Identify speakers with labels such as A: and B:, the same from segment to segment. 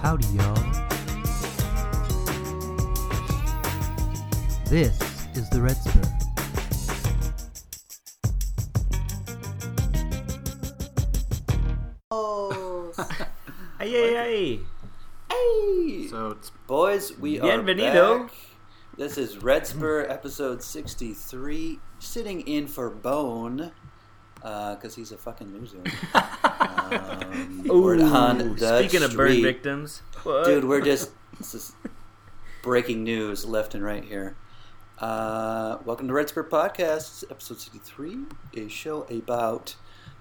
A: Howdy, y'all. This is the Red Spur.
B: Oh,
C: Ay, ay,
B: hey!
D: So it's
B: Boys, we are
C: Bienvenido.
B: back. This is Red Spur episode 63, sitting in for Bone, because he's a fucking loser. um,
C: ay.
B: we're on
C: Ooh,
B: the
C: Speaking of burn
B: street.
C: victims,
B: Dude, we're just, this is breaking news left and right here. Uh, welcome to Red Spur Podcast, episode 63, a show about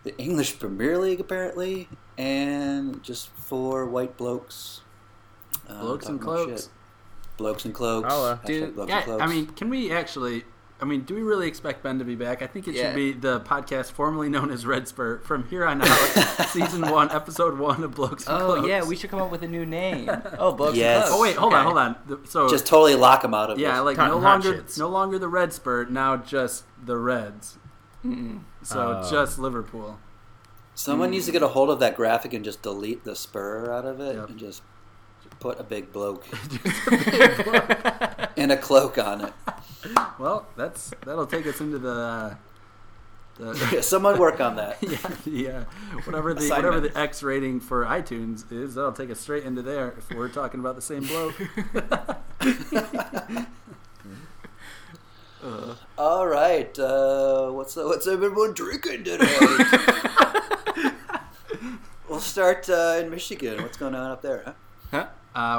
B: the English Premier League, apparently, and just four white blokes. uh,
D: Blokes and
B: talking about
D: cloaks. Oh,
B: shit. Blokes and cloaks.
C: Holla.
B: Hashtag
D: dude.
B: blokes and
D: Yeah,
B: cloaks.
D: I mean, can we actually? I mean, do we really expect Ben to be back? I think it
B: Yeah.
D: should be the podcast formerly known as Red Spur from here on out, season one, episode one of Blokes and
E: Oh
D: Cloaks.
E: yeah, we should come up with a new name. Oh, Bugs
B: Yes.
E: and Cloaks.
D: Oh wait, hold
E: Okay.
D: on, hold on. The- So
B: just totally lock them out of
D: yeah,
B: this.
D: like
C: Cotton
D: no
C: hot
D: longer,
C: shits.
D: no longer the Red Spur, now just the Reds. So
C: Oh.
D: just Liverpool. Hmm.
B: Someone needs to get a hold of that graphic and just delete the spur out of it
D: Yep.
B: and just put a big bloke and a cloak on it.
D: Well, that's that'll take us into the. Uh, the
B: Someone work on that.
D: yeah, yeah. Whatever the
B: Assignment.
D: whatever the X rating for iTunes is, that'll take us straight into there if we're talking about the same bloke.
B: All right, uh, what's what's everyone drinking today? we'll start uh, in Michigan. What's going on up there? Huh?
D: Huh?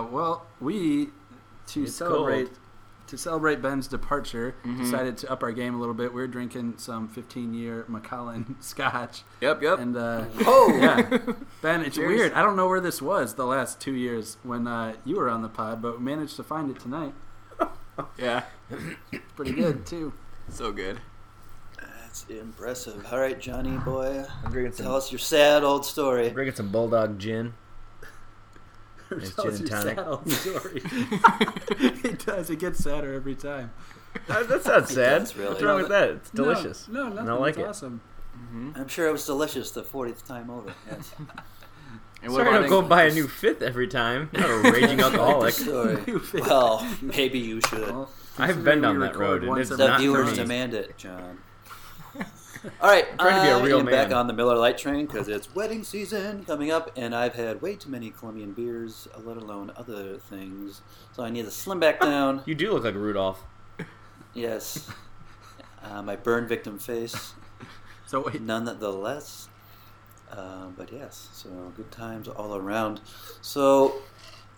D: Uh, well, we to
C: It's
D: celebrate
C: cold.
D: to celebrate Ben's departure decided to up our game a little bit. We are drinking some 15 year Macallan Scotch,
E: Yep, yep.
D: and uh,
B: Oh,
D: yeah, Ben, it's
E: Cheers.
D: weird. I don't know where this was the last two years when uh, you were on the pod, but we managed to find it tonight.
E: yeah,
D: Pretty good too.
E: so good.
B: that's impressive. All right, Johnny boy,
C: I'm drinking
B: tell
C: some,
B: us your sad old story.
C: drinking some bulldog gin. Nice
D: Tell
C: gin
D: us
C: and
D: your
C: tonic.
D: sad old story. it does. It gets sadder every time.
C: That, that sounds sad.
B: does, really.
C: What's wrong with that? It's delicious.
D: No, no
C: And
D: nothing.
C: I like
D: it's
C: it.
D: awesome.
B: I'm sure it was delicious the 40th time over. Yes.
E: And
C: Sorry, I don't go buy a new fifth every time. I'm not a raging alcoholic.
B: Story.
D: You fit.
B: Well, maybe you should.
D: Well,
C: I've been
D: considering
C: down
D: we
C: that
D: record
C: road, and
D: once
C: it's
D: every
B: The
C: not
B: viewers
C: nice.
B: demand it, John. All right, I'm
C: trying to be a real
B: back
C: man.
B: on the Miller Light train because it's wedding season coming up, and I've had way too many Colombian beers, let alone other things. So I need to slim back down.
C: You do look like Rudolph.
B: yes, uh, my burn victim face,
D: So wait,
B: nonetheless. Uh, but yes, so good times all around. So,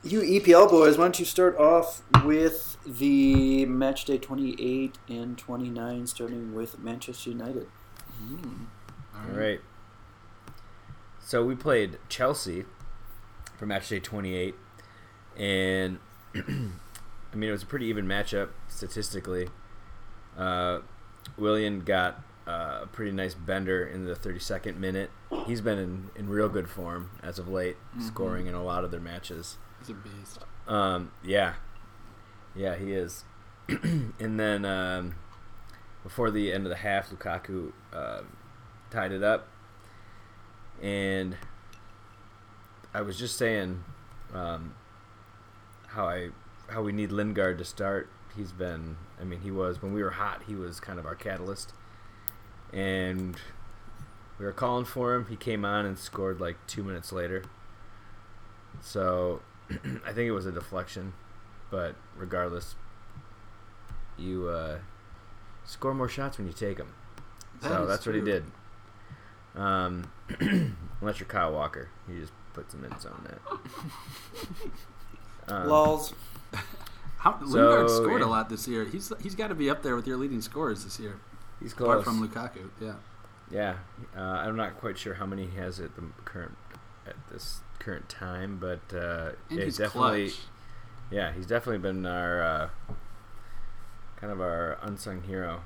B: you EPL boys, why don't you start off with the match day 28 and 29, starting with Manchester United.
D: Mm.
C: All right. So we played Chelsea for match day 28, and I mean it was a pretty even matchup statistically. Uh, William got uh, a pretty nice bender in the 32nd minute. He's been in, in real good form as of late,
D: Mm-hmm.
C: scoring in a lot of their matches.
D: Mm. he's a beast.
C: Um, yeah, yeah, he is. and then um, before the end of the half, Lukaku uh, tied it up, and I was just saying um, how I how we need Lingard to start. He's been, I mean, he was when we were hot. He was kind of our catalyst, and we were calling for him. He came on and scored like two minutes later. So I think it was a deflection, but regardless, you uh, score more shots when you take them.
D: That
C: so
D: is
C: that's what he
D: true.
C: did. Um, unless you're Kyle Walker, he just puts him in his own net. Um,
B: Lols.
D: How,
C: So,
D: Lingard scored
C: yeah.
D: a lot this year. He's he's got to be up there with your leading scorers this year,
C: he's close.
D: apart from Lukaku. Yeah,
C: Yeah, uh, I'm not quite sure how many he has at the current at this current time, but uh,
D: and
C: it
D: he's
C: definitely
D: clutch.
C: yeah, he's definitely been our uh, kind of our unsung hero.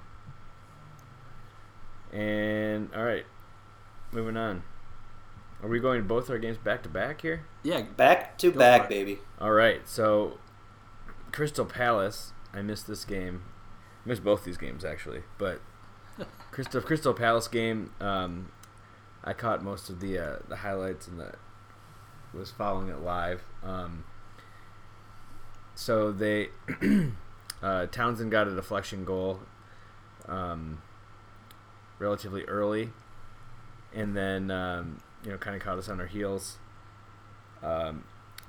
C: And all right, moving on. Are we going both our games back to back here?
D: Yeah,
B: Back to
D: Go for
B: back,
D: it.
B: baby.
C: All right, so Crystal Palace. I missed this game. Missed both these games actually, but Crystal Crystal Palace game. Um, I caught most of the uh, the highlights and the was following it live. Um, so they uh, Townsend got a deflection goal um, relatively early, and then um, you know kind of caught us on our heels, um,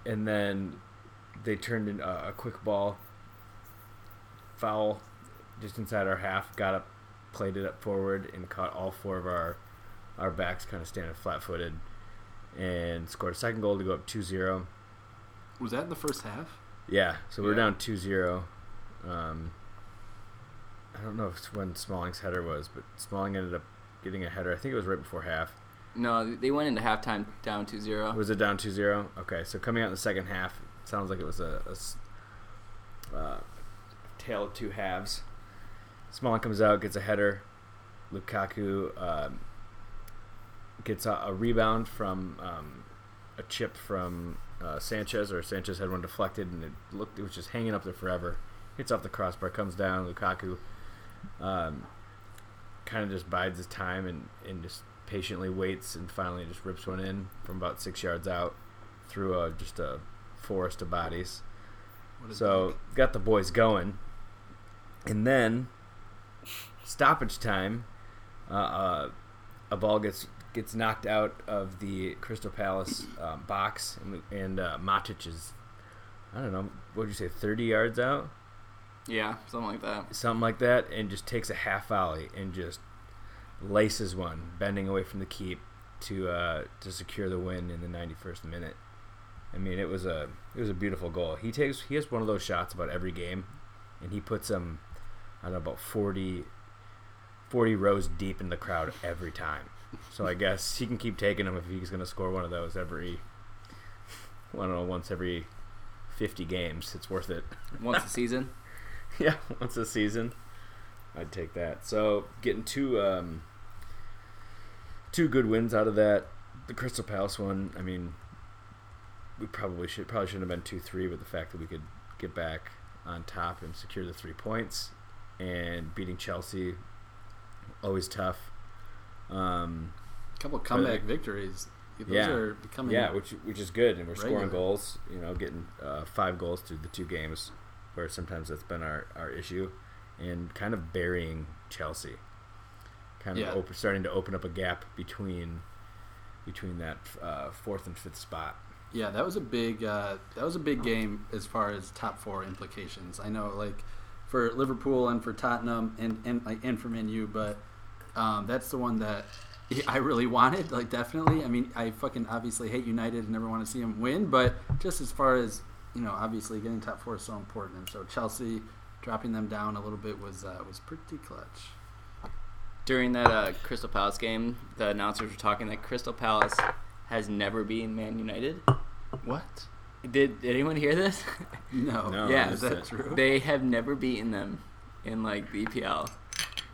C: and then they turned in a, a quick ball foul just inside our half, got up, played it up forward, and caught all four of our our backs kind of standing flat footed, and scored a second goal to go up 2-0.
D: Was that in the first half?
C: Yeah, so we're
E: Yeah.
C: down 2-0. Um, I don't know if it's when Smalling's header was, but Smalling ended up getting a header. I think it was right before half.
E: No, they went into halftime down 2-0.
C: Was it down 2-0? Okay, so coming out in the second half, it sounds like it was a, a s- uh, tale of two halves. Smalling comes out, gets a header. Lukaku um, gets a, a rebound from um, a chip from uh, Sanchez, or Sanchez had one deflected, and it looked it was just hanging up there forever. Hits off the crossbar, comes down. Lukaku um, kind of just bides his time and, and just patiently waits, and finally just rips one in from about six yards out through a, just a forest of bodies.
D: What is
C: So got the boys going, and then stoppage time, uh, uh, a ball gets gets knocked out of the Crystal Palace um, box, and, and uh, Matic is, I don't know, what would you say, thirty yards out,
E: Yeah, something like that.
C: something like that, and just takes a half volley and just laces one, bending away from the keep to uh, to secure the win in the ninety first minute. I mean, it was a it was a beautiful goal. He takes he has one of those shots about every game, and he puts them, I don't know, about 40, 40 rows deep in the crowd every time. So I guess he can keep taking them if he's going to score one of those every, I don't know, once every fifty games. It's worth it.
E: Once a season.
C: Yeah, once a season, I'd take that. So getting two um, two good wins out of that. The Crystal Palace one, I mean, we probably should probably shouldn't have been two three, but the fact that we could get back on top and secure the three points and beating Chelsea, always tough. Um,
D: A couple comeback victories. Those
C: Yeah.
D: are becoming.
C: yeah, which which is good, and we're
D: Regular.
C: scoring goals. You know, getting uh, five goals through the two games, where sometimes that's been our, our issue, and kind of burying Chelsea, kind of
D: Yeah.
C: op- starting to open up a gap between between that uh, fourth and fifth spot.
D: Yeah, that was a big uh, that was a big game as far as top four implications. I know, like for Liverpool and for Tottenham and and like and for Man U, but um, that's the one that I really wanted. Like, definitely. I mean, I fucking obviously hate United and never want to see them win, but just as far as you know, obviously getting top four is so important, and so Chelsea dropping them down a little bit was uh, was pretty clutch.
E: During that uh, Crystal Palace game, the announcers were talking that Crystal Palace has never been Man United.
D: What?
E: Did, did anyone hear this?
D: No.
C: No,
E: Yeah,
D: is
C: I
D: Oh, that
C: missed
D: true?
E: they have never beaten them in like the EPL.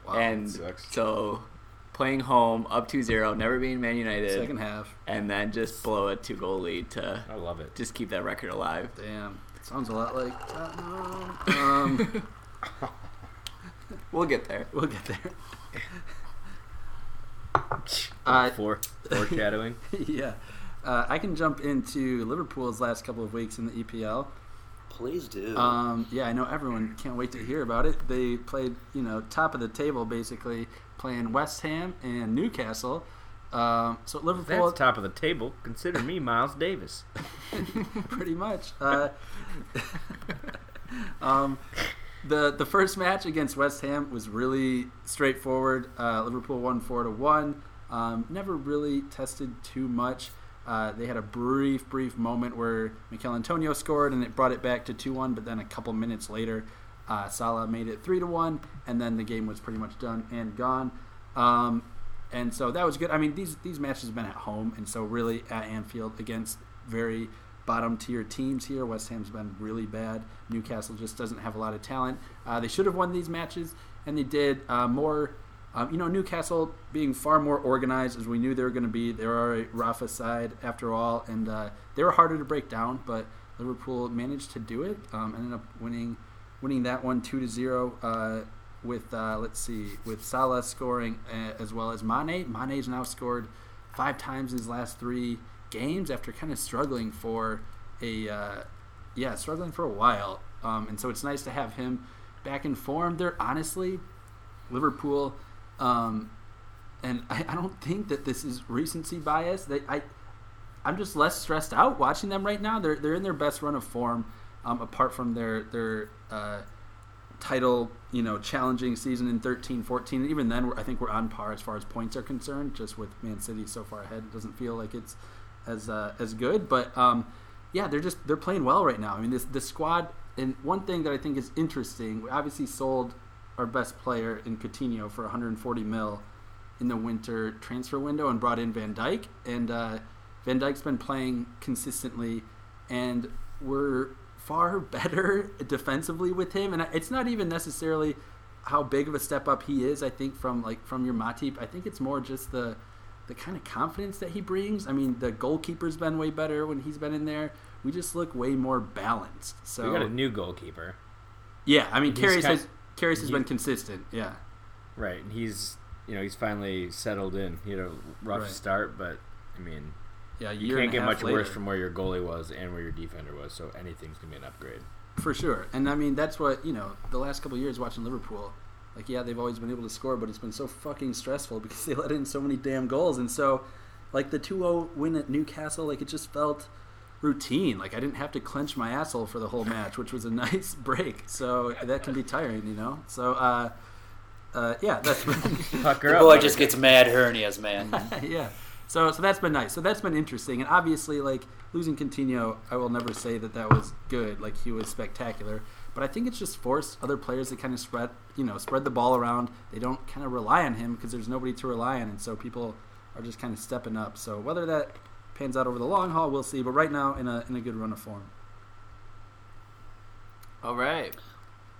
D: Wow.
E: and
C: sucks.
E: so playing home up 2-0, never being Man United,
D: second half.
E: and then just blow a two goal lead to
C: I love it.
E: just keep that record alive.
D: Damn. Sounds a lot like Tottenham. Um,
E: We'll get there.
D: We'll get there. Uh,
C: Fore- foreshadowing.
D: yeah. Uh, I can jump into Liverpool's last couple of weeks in the EPL.
B: Please do.
D: Um, yeah, I know everyone can't wait to hear about it. They played, you know, top of the table basically, playing West Ham and Newcastle. Um, so Liverpool,
C: That's top of the table. Consider me Miles Davis.
D: pretty much. Uh, um, the the first match against West Ham was really straightforward. Uh, Liverpool won four to one. Um, never really tested too much. Uh, they had a brief, brief moment where Mikel Antonio scored and it brought it back to two one. But then a couple minutes later, uh, Salah made it three to one, and then the game was pretty much done and gone. Um, and so that was good. I mean, these these matches have been at home, and so really at Anfield against very bottom tier teams here. West Ham's been really bad. Newcastle just doesn't have a lot of talent. Uh, they should have won these matches, and they did. Uh, more, um, you know, Newcastle being far more organized as we knew they were going to be. They are a Rafa side after all, and uh, they were harder to break down, but Liverpool managed to do it. Um, ended up winning winning that one two to zero. Uh, with uh, let's see, with Salah scoring uh, as well as Mane. Mane's now scored five times in his last three games after kind of struggling for a uh, yeah struggling for a while. Um, and so it's nice to have him back in form. They're honestly Liverpool, um, and I, I don't think that this is recency bias. They I I'm just less stressed out watching them right now. They're they're in their best run of form, um, apart from their their uh, title you know challenging season in 13 14 and even then we're, i think we're on par as far as points are concerned just with man city so far ahead it doesn't feel like it's as uh, as good but um, yeah they're just they're playing well right now i mean this the squad and one thing that i think is interesting we obviously sold our best player in Coutinho for 140 mil in the winter transfer window and brought in van dyke and uh, van dyke's been playing consistently and we're far better defensively with him, and it's not even necessarily how big of a step up he is. I think from like from your Matip, I think it's more just the the kind of confidence that he brings. I mean, the goalkeeper's been way better when he's been in there. We just look way more balanced. So
C: We got a new goalkeeper,
D: yeah, I mean,
C: He's
D: Karius
C: kind-
D: has Karius has
C: he-
D: been consistent. Yeah,
C: right? And he's you know he's finally settled in. He had a rough
D: Right.
C: start, but I mean
D: yeah. a
C: you
D: year and
C: can't
D: a
C: get
D: half
C: much
D: later.
C: worse from where your goalie was and where your defender was. So anything's gonna be an upgrade.
D: for sure. And I mean, that's what you know. The last couple of years watching Liverpool, like yeah, they've always been able to score, but it's been so fucking stressful because they let in so many damn goals. And so, like the 2-0 win at Newcastle, like it just felt routine. Like I didn't have to clench my asshole for the whole match, which was a nice break. So that can be tiring, you know. So. uh uh, yeah, that's
C: Pucker
B: The
C: up,
B: boy
C: Pucker.
B: just gets mad hernias, man.
D: yeah. So so that's been nice. So that's been interesting. And obviously, like losing Coutinho, I will never say that that was good. Like he was spectacular. But I think it's just forced other players to kind of spread, you know, spread the ball around. They don't kind of rely on him because there's nobody to rely on, and so people are just kind of stepping up. So whether that pans out over the long haul, we'll see. But right now, in a in a good run of form.
E: All right.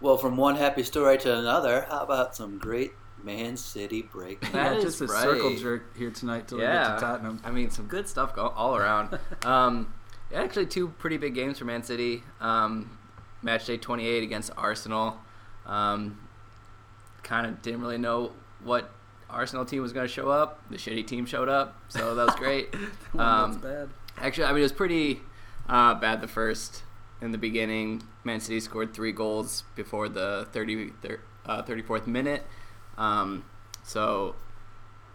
B: Well, from one happy story to another, how about some great Man City break?
E: That
D: yeah,
E: is
D: just a
E: right.
D: circle jerk here tonight till we get
E: Yeah.
D: to Tottenham.
E: I mean, some good stuff go- all around. um, actually, two pretty big games for Man City. Um, match day 28 against Arsenal. Um, kind of didn't really know what Arsenal team was going to show up. The shitty team showed up, so that was great.
D: Wow,
E: um,
D: that's bad.
E: Actually, I mean, it was pretty uh, bad the first. In the beginning, Man City scored three goals before the 30, thir- uh, 34th minute. Um, so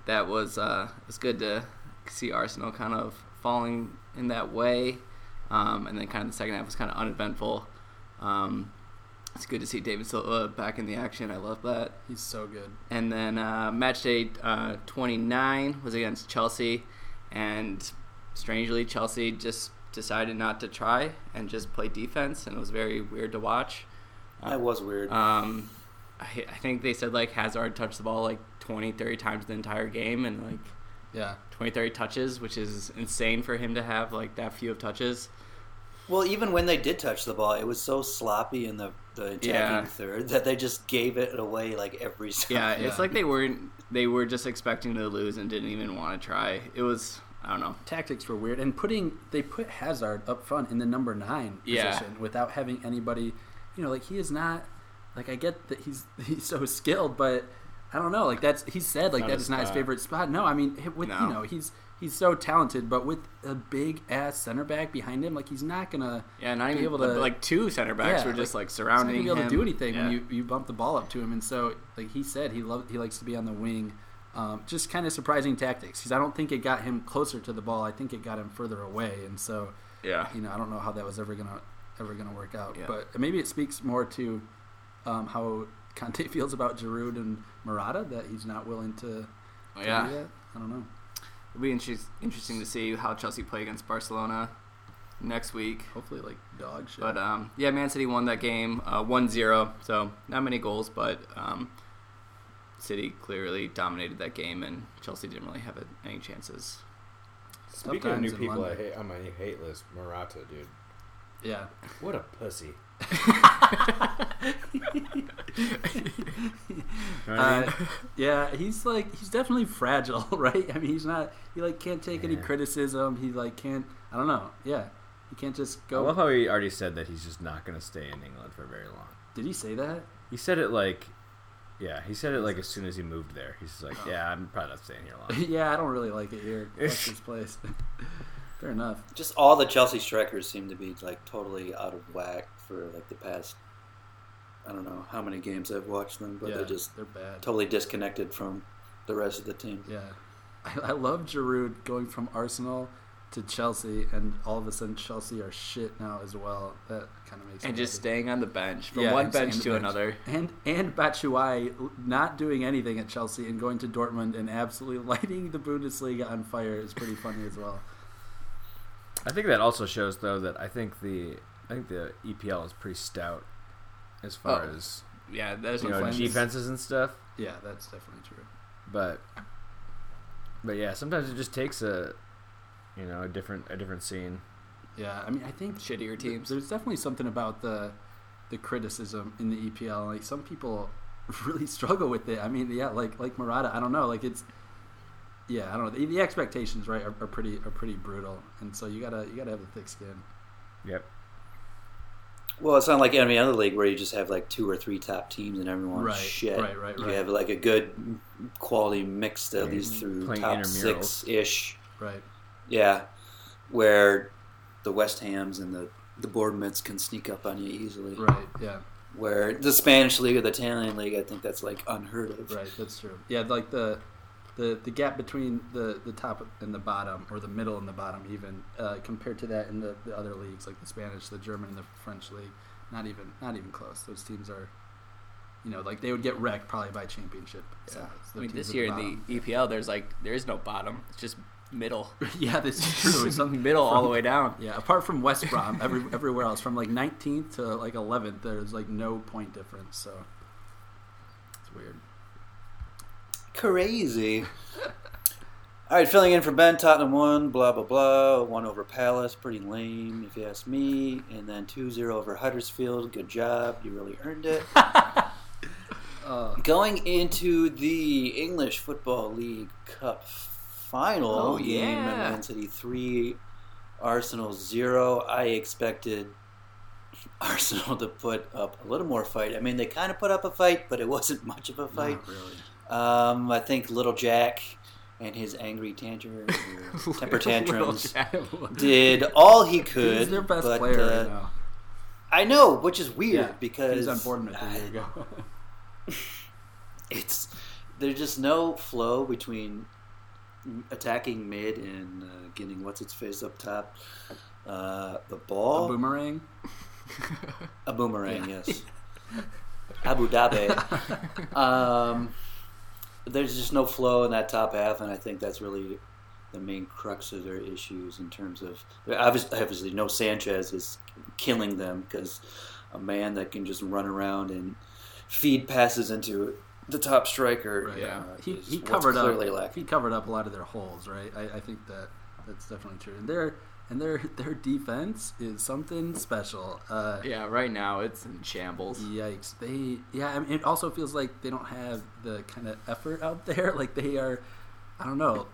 E: that was uh, it was good to see Arsenal kind of falling in that way. Um, and then kind of the second half was kind of uneventful. Um, it's good to see David Silva back in the action. I love that.
D: He's so good.
E: And then uh, match day uh, 29 was against Chelsea. And strangely, Chelsea just decided not to try and just play defense. And it was very weird to watch.
B: That was weird.
D: uh,
E: Um, I, I think they said like Hazard touched the ball like 20, 30 times the entire game and like
D: Yeah.
E: 20, 30 touches, which is insane for him to have like that few of touches.
B: Well, even when they did touch the ball, it was so sloppy in the, the attacking
E: Yeah.
B: third that they just gave it away like every time.
E: Yeah,
D: Yeah.
E: it's like they weren't, they were just expecting to lose and didn't even want to try. It was, I don't know.
D: tactics were weird and putting they put Hazard up front in the number nine
E: Yeah.
D: position without having anybody you know like he is not like I get that he's he's so skilled but I don't know like that's he said like
C: not
D: that
C: his
D: is not his
C: spot.
D: favorite spot no I mean hi- with you
E: No.
D: know he's he's so talented but with a big ass center back behind him like he's not gonna
E: Yeah, not
D: be
E: even
D: able
E: the-
D: to-
E: like two center backs
D: Yeah,
E: were just
D: like,
E: like,
D: he's not
E: surrounding
D: gonna be able
E: him.
D: to do anything
E: Yeah.
D: when you, you bump the ball up to him and so like he said he loved he likes to be on the wing um, just kind of surprising tactics because I don't think it got him closer to the ball I think it got him further away and so
E: yeah
D: you know, I don't know how that was ever gonna ever gonna work out.
E: Yeah.
D: But maybe it speaks more to um, how Conte feels about Giroud and Murata that he's not willing to, to do
E: Oh, yeah.
D: that. I don't know.
E: It'll be inter- interesting to see how Chelsea play against Barcelona next week.
D: Hopefully, like dog shit.
E: But um, yeah, Man City won that game uh, 1-0, so not many goals, but um, City clearly dominated that game, and Chelsea didn't really have it, any chances.
C: Speaking of
D: Sometimes
C: new
D: in
C: people I
D: London.
C: hate on my hate list, Murata, dude.
D: yeah,
C: What a pussy. You know what I mean?
D: uh, yeah, he's like he's definitely fragile, right? I mean, he's not he like can't take any
C: Yeah.
D: criticism. He like can't. I don't know. Yeah, he can't just
C: I love
D: go.
C: how he already said that he's just not going to stay in England for very long.
D: Did he say that?
C: He said it like Yeah, he said it like as soon as he moved there. He's just like, yeah, I'm probably not staying here long.
D: yeah, I don't really like it here. Fuck this place. Fair enough.
B: Just all the Chelsea strikers seem to be like totally out of whack for like the past. I don't know how many games I've watched them, but
D: yeah,
B: they're just
D: they're bad.
B: totally disconnected from the rest of the team.
D: Yeah, I, I love Giroud going from Arsenal to Chelsea, and all of a sudden Chelsea are shit now as well. That kind of makes
E: and
D: me
E: just
D: happy.
E: staying on the bench from
D: Yeah,
E: one
D: and staying
E: bench
D: on the
E: to
D: bench.
E: another.
D: And and Batshuayi not doing anything at Chelsea and going to Dortmund and absolutely lighting the Bundesliga on fire is pretty funny as well.
C: I think that also shows though that I think the I think the EPL is pretty stout as far
E: Oh,
C: as
E: Yeah, there's
C: you
E: no
C: know
E: flames.
C: defenses and stuff.
D: Yeah, that's definitely true.
C: But but yeah, sometimes it just takes a you know a different a different scene.
D: Yeah, I mean, I think
E: Shittier
D: th-
E: teams.
D: There's definitely something about the the criticism in the EPL. Like some people really struggle with it. I mean, yeah, like like Murata. I don't know. Like it's yeah, I don't know. The, the expectations right are, are pretty are pretty brutal, and so you gotta you gotta have a thick skin.
C: Yep.
B: Well, it's not like any other league where you just have like two or three top teams and everyone's
D: Right,
B: shit.
D: right, right,
B: You
D: right.
B: have like a good quality mix that
C: Yeah,
B: leads through
C: playing
B: top
C: intramurals.
B: six ish.
D: Right.
B: Yeah, where the West Hams and the the Bournemouths can sneak up on you easily.
D: Right. Yeah.
B: Where the Spanish league or the Italian league, I think that's like unheard of.
D: Right. That's true. Yeah. Like the. The, the gap between the, the top and the bottom, or the middle and the bottom, even uh, compared to that in the, the other leagues like the Spanish, the German, and the French league, not even not even close. Those teams are, you know, like they would get wrecked probably by championship.
E: Yeah.
D: size. The
E: I mean,
D: teams
E: this
D: at
E: year
D: the
E: in
D: bottom.
E: the EPL, there's like there is no bottom. It's just middle.
D: yeah, this is true.
E: It's
D: It's not-
E: something middle all the way down.
D: yeah, apart from West Brom, every, everywhere else from like 19th to like 11th, there's like no point difference. So it's weird.
B: Crazy. All right, filling in for Ben, Tottenham won, blah, blah, blah. One over Palace, pretty lame, if you ask me. And then 2 0 over Huddersfield. Good job. You really earned it.
D: Uh,
B: Going into the English Football League Cup final
E: Oh,
B: game at
E: yeah.
B: Man City 3, Arsenal 0. I expected Arsenal to put up a little more fight. I mean, they kind of put up a fight, but it wasn't much of a fight.
D: not really.
B: Um, I think Little Jack and his angry tanter, temper tantrums did all he could.
D: He's their best
B: but,
D: player
B: uh,
D: right now.
B: I know, which is weird because
D: he was on Bournemouth a year ago.
B: it's there's just no flow between attacking mid and uh, getting what's its face up top. Uh, the ball,
D: a boomerang.
B: A boomerang, yes. Abu Dhabi. um, there's just no flow in that top half, and I think that's really the main crux of their issues in terms of obviously, obviously no Sanchez is killing them because a man that can just run around and feed passes into the top striker. uh,
D: Right. Uh,
E: Yeah.
D: he,
B: is
D: he
B: what's
D: covered up.
B: clearly lacking.
D: He covered up a lot of their holes, right? I, I think that that's definitely true. And their and their their defense is something special. Uh,
E: yeah, right now it's in shambles.
D: Yikes! They yeah. I mean, it also feels like they don't have the kind of effort out there. Like they are, I don't know.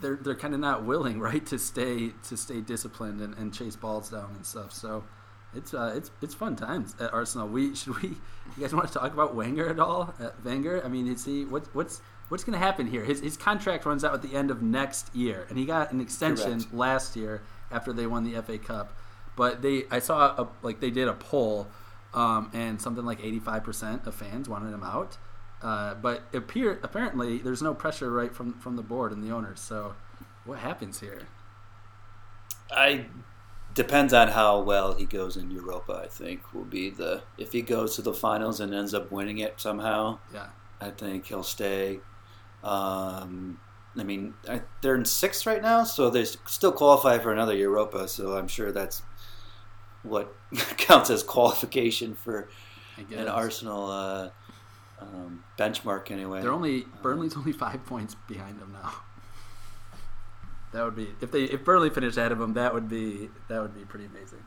D: They're they're kind of not willing, right, to stay to stay disciplined and, and chase balls down and stuff. So. It's uh, it's it's fun times at Arsenal. We should we you guys want to talk about Wenger at all? Uh, Wenger, I mean, is he what's what's what's going to happen here? His his contract runs out at the end of next year, and he got an extension
B: Correct.
D: last year after they won the FA Cup. But they I saw a, like they did a poll, um, and something like eighty five percent of fans wanted him out. Uh, but appear apparently there's no pressure right from from the board and the owners. So what happens here?
B: I depends on how well he goes in Europa. I think will be the if he goes to the finals and ends up winning it somehow.
D: Yeah,
B: I think he'll stay. Um, I mean, I, they're in sixth right now, so they s- still qualify for another Europa. So I'm sure that's what counts as qualification for
D: I guess
B: an Arsenal uh, um, benchmark, anyway.
D: They're only Burnley's only five points behind them now. That would be if they if Burnley finished ahead of them. That would be that would be pretty amazing.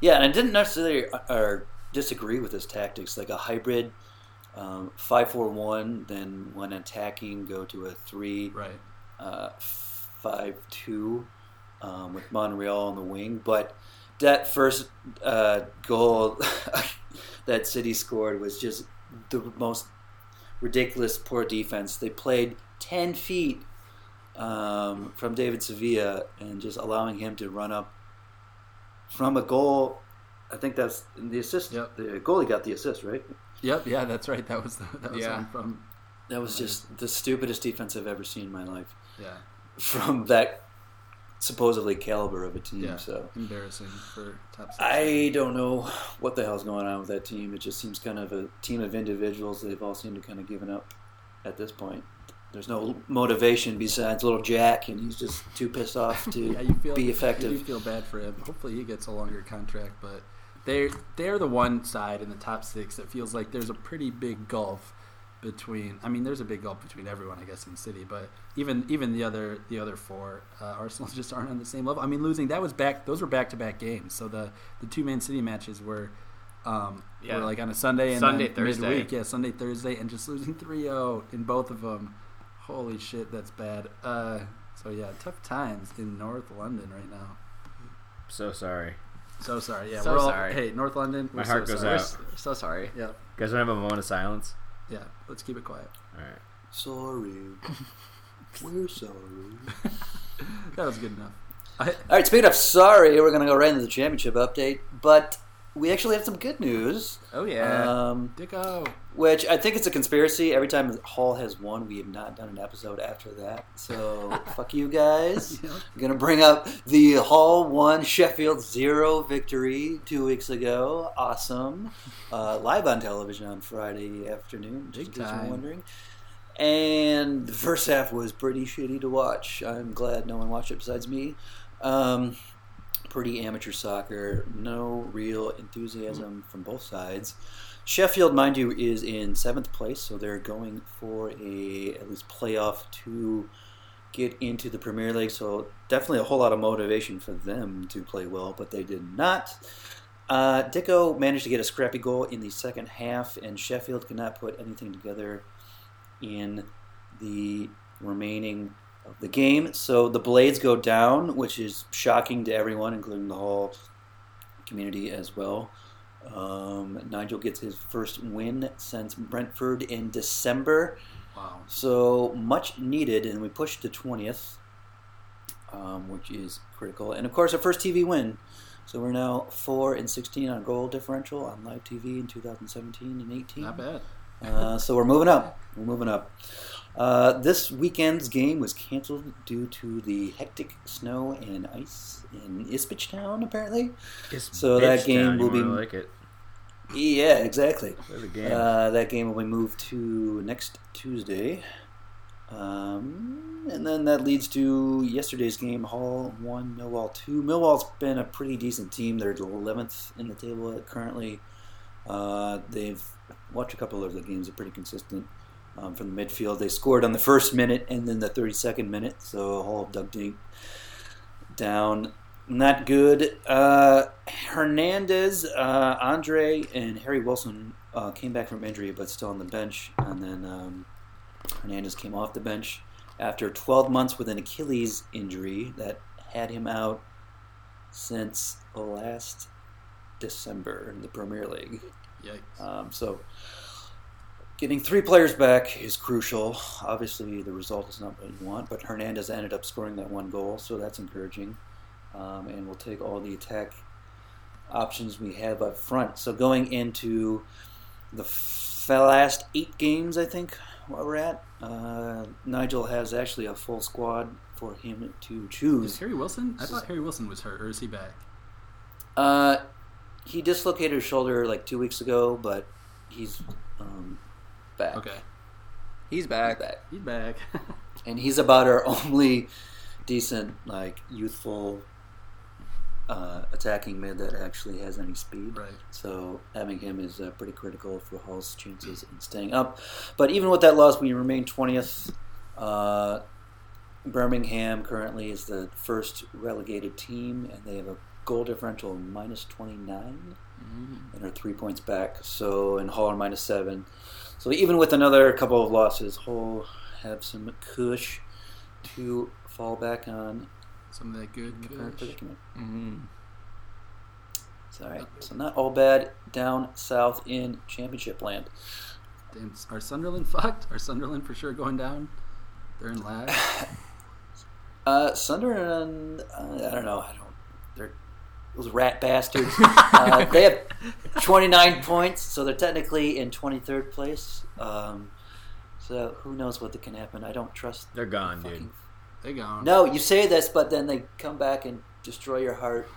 B: Yeah, and I didn't necessarily uh, or disagree with his tactics, like a hybrid um, five-four-one. Then when attacking, go to a three
D: Right.
B: uh, five two um, with Monreal on the wing, but that first uh, goal, that City scored was just the most ridiculous poor defense. They played 10 feet um, from David Sevilla and just allowing him to run up from a goal. I think that's the assist.
D: Yep.
B: The goalie got the assist, right?
D: Yep, yeah, that's right. That was the, that was
E: Yeah.
D: on from
B: That was just the stupidest defense I've ever seen in my life
D: yeah,
B: from that supposedly caliber of a team.
D: Yeah.
B: So
D: embarrassing for top six.
B: I don't know what the hell's going on with that team. It just seems kind of a team of individuals. They've all seemed to kind of given up at this point. There's no motivation besides little Jack, and he's just too pissed off to
D: yeah, you feel
B: be
D: You
B: effective.
D: do feel bad for him. Hopefully, he gets a longer contract. But they're they're the one side in the top six that feels like there's a pretty big gulf between. I mean, there's a big gulf between everyone, I guess, in the city. But even even the other the other four, uh, Arsenal just aren't on the same level. I mean, losing that was back. Those were back to back games. So the the two man city matches were. Um,
E: Yeah.
D: were like on a Sunday and
E: Sunday,
D: then
E: Thursday.
D: midweek, yeah, Sunday, Thursday, and just losing 3-0 in both of them. Holy shit, that's bad. Uh, so yeah, tough times in North London right now.
C: So sorry,
D: So sorry. Yeah,
E: So
D: we're all
E: sorry.
D: hey North London.
C: My
D: we're
C: heart
D: so
C: goes
D: sorry.
C: out.
E: I'm so sorry.
D: Yeah,
C: you guys. Want to have a moment of silence?
D: yeah. Let's keep it quiet.
C: All right.
B: Sorry, we're sorry.
D: That was good enough. I,
B: All right, speaking of sorry, we're going to go right into the championship update, but we actually have some good news.
E: Oh yeah.
B: Um,
D: Dicko.
B: Which I think it's a conspiracy. Every time Hall has won, we have not done an episode after that. So fuck you guys.
D: Yeah.
B: I'm gonna bring up the Hall one Sheffield zero victory two weeks ago. Awesome, uh, live on television on Friday afternoon. Just
D: Big
B: in case you're
D: time.
B: wondering. And the first half was pretty shitty to watch. I'm glad no one watched it besides me. Um, pretty amateur soccer. No real enthusiasm from both sides. Sheffield, mind you, is in seventh place, so they're going for a at least playoff to get into the Premier League. So definitely a whole lot of motivation for them to play well, but they did not. Uh, Dicko managed to get a scrappy goal in the second half, and Sheffield could not put anything together in the remaining of the game. So the Blades go down, which is shocking to everyone, including the whole community as well. Um, Nigel gets his first win since Brentford in December.
D: Wow.
B: So much needed, and we pushed to 20th, um, which is critical. And of course, our first TV win. So we're now 4 and 16 on goal differential on live TV in 2017 and 18.
D: Not bad.
B: Uh, so we're moving up. We're moving up. Uh, this weekend's game was canceled due to the hectic snow and ice in Ispich Town, apparently.
C: It's
B: So that
C: bitch
B: game
C: town, you
B: will be-
C: wanna like it.
B: Yeah, exactly.
C: Play the game.
B: Uh, that game will be moved to next Tuesday. Um, and then that leads to yesterday's game, Hall 1, Millwall 2. Millwall's been a pretty decent team. They're 11th in the table currently. Uh, they've watched a couple of the games, are pretty consistent um, from the midfield. They scored on the first minute and then the 32nd minute, so Hall dug deep down. Not good. Uh, Hernandez, uh, Andre, and Harry Wilson uh, came back from injury, but still on the bench. And then um, Hernandez came off the bench after 12 months with an Achilles injury that had him out since last December in the Premier League.
D: Yikes.
B: Um, so getting three players back is crucial. Obviously, the result is not what you want, but Hernandez ended up scoring that one goal, so that's encouraging. Um, and we'll take all the attack options we have up front. So going into the f- last eight games, I think, where we're at, uh, Nigel has actually a full squad for him to choose.
D: Is Harry Wilson? I thought Harry Wilson was hurt, or is he back?
B: Uh, he dislocated his shoulder like two weeks ago, but he's um, back.
D: Okay,
E: He's back.
B: Back.
D: he's back.
B: And he's about our only decent, like youthful uh, attacking mid that actually has any speed.
D: right.
B: So having him is uh, pretty critical for Hull's chances in staying up. But even with that loss, we remain 20th. Uh, Birmingham currently is the first relegated team, and they have a goal differential of minus 29 and are three points back. So and Hull are minus seven. So even with another couple of losses, Hull have some cush to fall back on
D: Some of that good.
B: in the current
D: Kush.
B: predicament.
E: Mm-hmm.
B: It's all right. So not all bad down south in championship land.
D: Damn, are Sunderland fucked? Are Sunderland for sure going down? They're in last.
B: Uh, Sunderland, uh, I don't know. I don't. They're those rat bastards. uh, they have 29 points, so they're technically in 23rd place. Um, so who knows what that can happen? I don't trust.
C: They're gone,
B: fucking-
C: dude.
D: They gone.
B: No, you say this, but then they come back and destroy your heart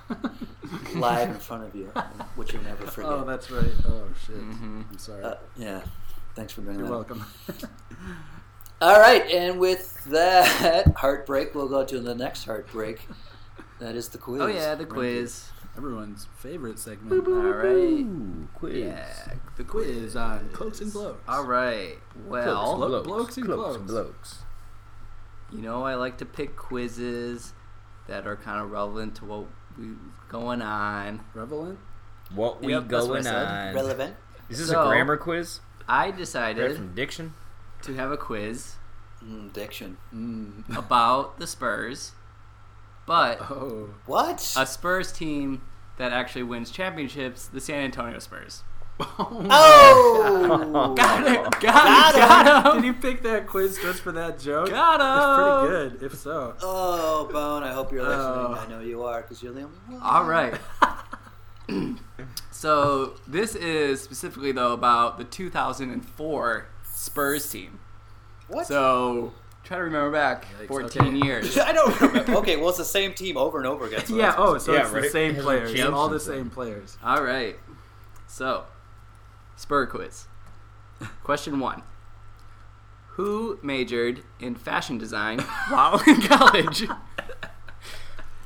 B: live in front of you, which you'll never forget.
D: Oh, that's right. Oh shit.
E: Mhm.
D: I'm sorry.
B: uh, yeah. Thanks for bringing
D: You're
B: that. up.
D: welcome.
B: All right, and with that heartbreak, we'll go to the next heartbreak. That is the quiz.
E: Oh yeah, the quiz.
D: Everyone's favorite segment.
E: All right.
C: Ooh, quiz.
E: Yeah, the
D: Quiz
E: quiz.
D: on cloaks and blokes.
E: All right. Well,
D: Cloaks, blokes and
C: blokes.
D: cloaks.
C: blokes.
E: you know, I like to pick quizzes that are kind of relevant to what we going on.
D: Relevant.
C: What we
E: Yep, that's what I
C: going
E: said.
C: on?
B: Relevant.
C: Is this
E: So-
C: a grammar quiz?
E: I
C: Read
E: decided
C: from diction?
E: to have a quiz
B: Mm, diction.
D: Mm.
E: about the Spurs, but
D: Oh.
B: What?
E: a Spurs team that actually wins championships, the San Antonio Spurs.
B: oh!
E: Got it. Got
D: Did
E: it.
D: you pick that quiz just for that joke?
E: Got
D: It's
E: him.
D: pretty good, if so.
B: Oh, Bone, I hope you're listening.
D: Oh.
B: I know you are, because you're the only one.
E: All right. so this is specifically though about the 2004 Spurs team.
B: What?
E: So try to remember back
D: Yikes,
E: 14
D: okay.
E: years.
B: I don't remember. Okay, well, it's the same team over and over again. So
D: yeah,
B: that's-
D: oh, so
C: Yeah,
D: it's the
C: right.
D: same
C: Hasn't
D: players.
C: changed
D: All the
C: since then.
D: same players.
E: All right. So Spur quiz. Question one. Who majored in fashion design while in college?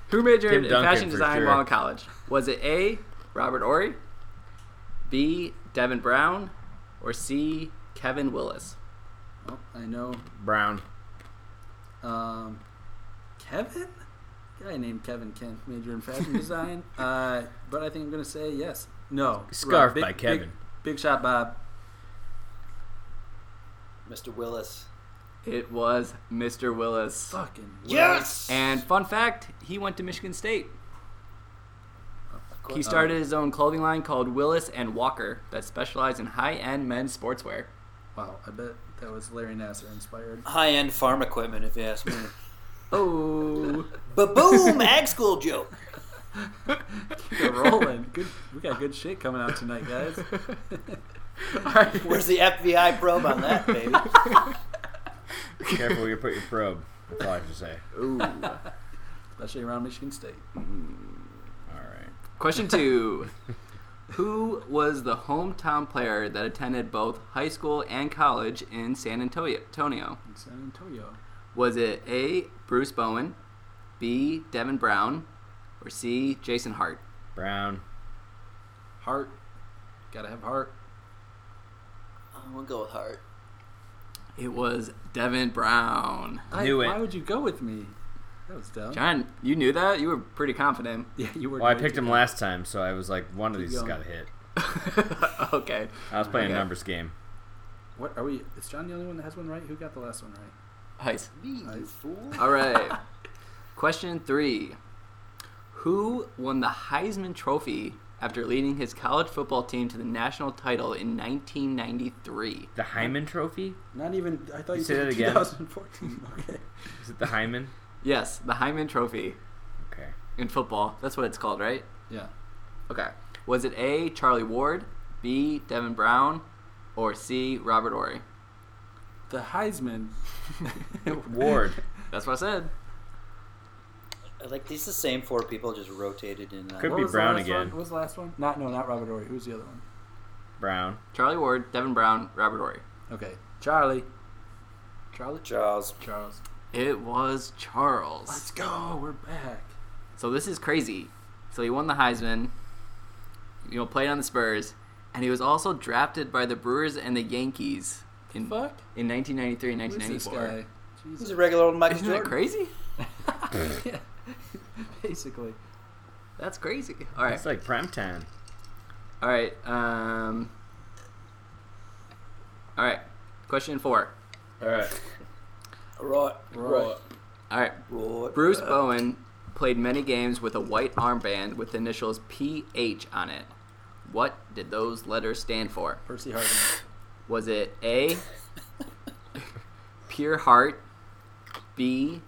E: Who majored
C: Tim
E: in
C: Duncan,
E: fashion
C: for
E: design
C: sure.
E: while in college? Was it A, Robert Ory, B, Devin Brown, or C, Kevin Willis?
D: Well, Oh, I know.
C: Brown.
D: Um, Kevin? Guy named Kevin Kent, major in fashion design. uh, but I think I'm going to say yes. No.
C: Scarf
D: Rob, big-
C: by Kevin.
D: Big, big shot, Bob.
B: Mr. Willis.
E: It was Mr. Willis.
D: Fucking.
B: Yes!
E: And fun fact, he went to Michigan State.
B: Of course.
E: He started his own clothing line called Willis and Walker that specialized in high-end men's sportswear.
D: Wow, I bet that was Larry Nasser inspired.
B: High-end farm equipment, if you ask me.
E: Oh,
B: Ba-boom! Ag school joke.
D: We're rolling. Good. We got good shit coming out tonight, guys.
B: Where's the FBI probe on that, baby?
C: Careful where you put your probe. That's all I have to say.
E: Ooh.
D: Especially around Michigan State.
C: All right.
E: Question two: Who was the hometown player that attended both high school and college in San Antonio- Antonio?
D: In San Antonio.
E: Was it A. Bruce Bowen, B. Devin Brown, or C. Jason Hart?
C: Brown.
D: Heart. Gotta have heart.
B: I'm going to go with Hart.
E: It was Devin Brown.
D: I,
C: Knew it.
D: Why would you go with me? That was dumb.
E: John, you knew that. You were pretty confident.
D: Yeah, you were.
C: Well, I
D: way
C: picked
D: too
C: him
D: dumb.
C: last time, so I was like, one of these has got
D: going.
C: to hit.
E: okay.
C: I was playing
E: Okay.
C: a numbers game.
D: What are we? Is John the only one that has one right? Who got the last one right?
E: Heist.
B: Me,
D: I-
B: you fool.
E: All right. Question three Who won the Heisman Trophy after leading his college football team to the national title in 1993?
C: The Hyman Trophy?
D: Not even. I thought you,
C: You say
D: said
C: that again?
D: 2014. Okay.
C: Is it the Hyman?
E: Yes, the Heisman Trophy
C: Okay.
E: in football. That's what it's called, right?
D: Yeah.
E: Okay. Was it A, Charlie Ward, B, Devin Brown, or C, Robert Ory?
D: The Heisman.
C: Ward.
E: That's what I said.
B: Like, these the same four people just rotated in. Uh,
C: Could
D: What
C: be
D: was the
C: Brown
D: last
C: again.
D: One? What was the last one? Not no, not Robert Ory. Who's the other one?
C: Brown.
E: Charlie Ward, Devin Brown, Robert Ory.
D: Okay, Charlie. Charlie.
B: Charles.
D: Charles.
E: It was Charles.
D: Let's go. We're back.
E: So this is crazy. So he won the Heisman. You know, played on the Spurs, and he was also drafted by the Brewers and the Yankees in
D: Fuck.
E: in 1993 and
D: Who's this
E: 1994.
D: guy?
B: He's
D: Jesus.
B: a regular old Michael
E: Isn't that
B: Jordan.
E: crazy?
D: yeah. Basically.
E: That's crazy. All right,
C: It's like prime time.
E: all right. Um, all right. Question four.
C: All right.
B: Right,
D: Right.
E: All right.
B: right.
E: Bruce Bowen played many games with a white armband with the initials PH on it. What did those letters stand for?
D: Percy Harvin.
E: Was it A, Pure Heart, B,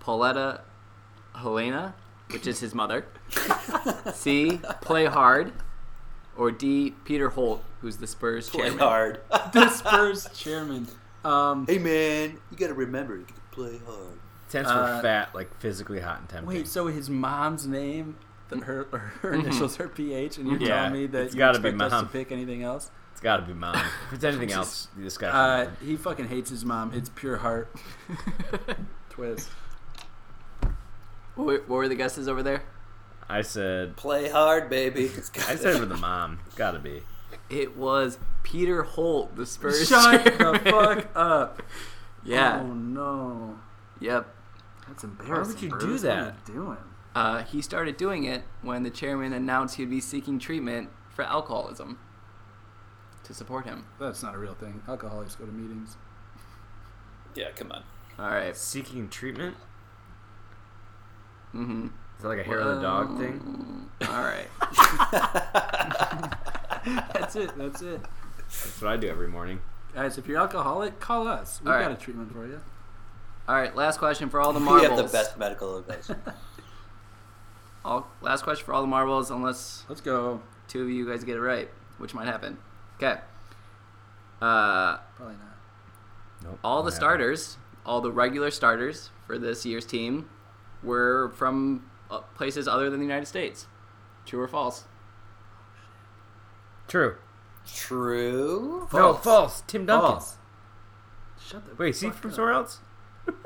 E: Pauletta Helena, which is his mother, C, Play Hard, or D, Peter Holt, who's the Spurs
B: Play
E: chairman?
B: hard.
D: the Spurs chairman. Um,
B: hey man, you gotta remember you can play hard.
C: Tents
D: Uh,
C: were fat, like physically hot and tempting.
D: wait, so his mom's name, the, her, her initials are PH, and you're
C: Mm-hmm. Yeah,
D: telling me that
C: it's
D: you
C: gotta be
D: expect us to
C: mom.
D: pick anything else?
C: it's got to be mine. If it's anything else, the discussion.
D: Uh, he fucking hates his mom. It's pure heart twist.
E: what, were- what were the guesses over there?
C: I said,
B: Play hard, baby. It's got-
C: I said with the mom. It's got to be.
E: It was Peter Holt, the Spurs
D: Shut
E: chairman.
D: the fuck up.
E: Yeah.
D: Oh no.
E: Yep.
D: That's embarrassing.
C: you
D: bro.
C: do
D: What are you
C: that?
D: doing?
E: Uh, he started doing it when the chairman announced he'd be seeking treatment for alcoholism to support him.
D: That's not a real thing. Alcoholics go to meetings.
B: yeah, come on.
E: All right.
C: Seeking treatment.
E: Mm-hmm.
C: Is that like a hair of the dog
E: Well,
C: thing?
E: All right.
D: That's it. That's it.
C: That's what I do every morning.
D: Guys, if you're alcoholic, call us. We've
E: All
D: got
E: right.
D: a treatment for you.
E: All right. Last question for all the
B: We
E: marbles.
B: have the best medical advice.
E: All, last question for all the marbles, unless
D: Let's go.
E: two of you guys get it right, which might happen. Okay. Uh,
D: Probably not.
C: Nope.
E: all the
C: Yeah.
E: starters, all the regular starters for this year's team, were from uh, places other than the United States. True or false?
C: True.
B: True.
C: No, false. Tim Duncan.
D: False. Shut the
C: Wait, is he
D: fuck
C: from
D: up.
C: somewhere else? How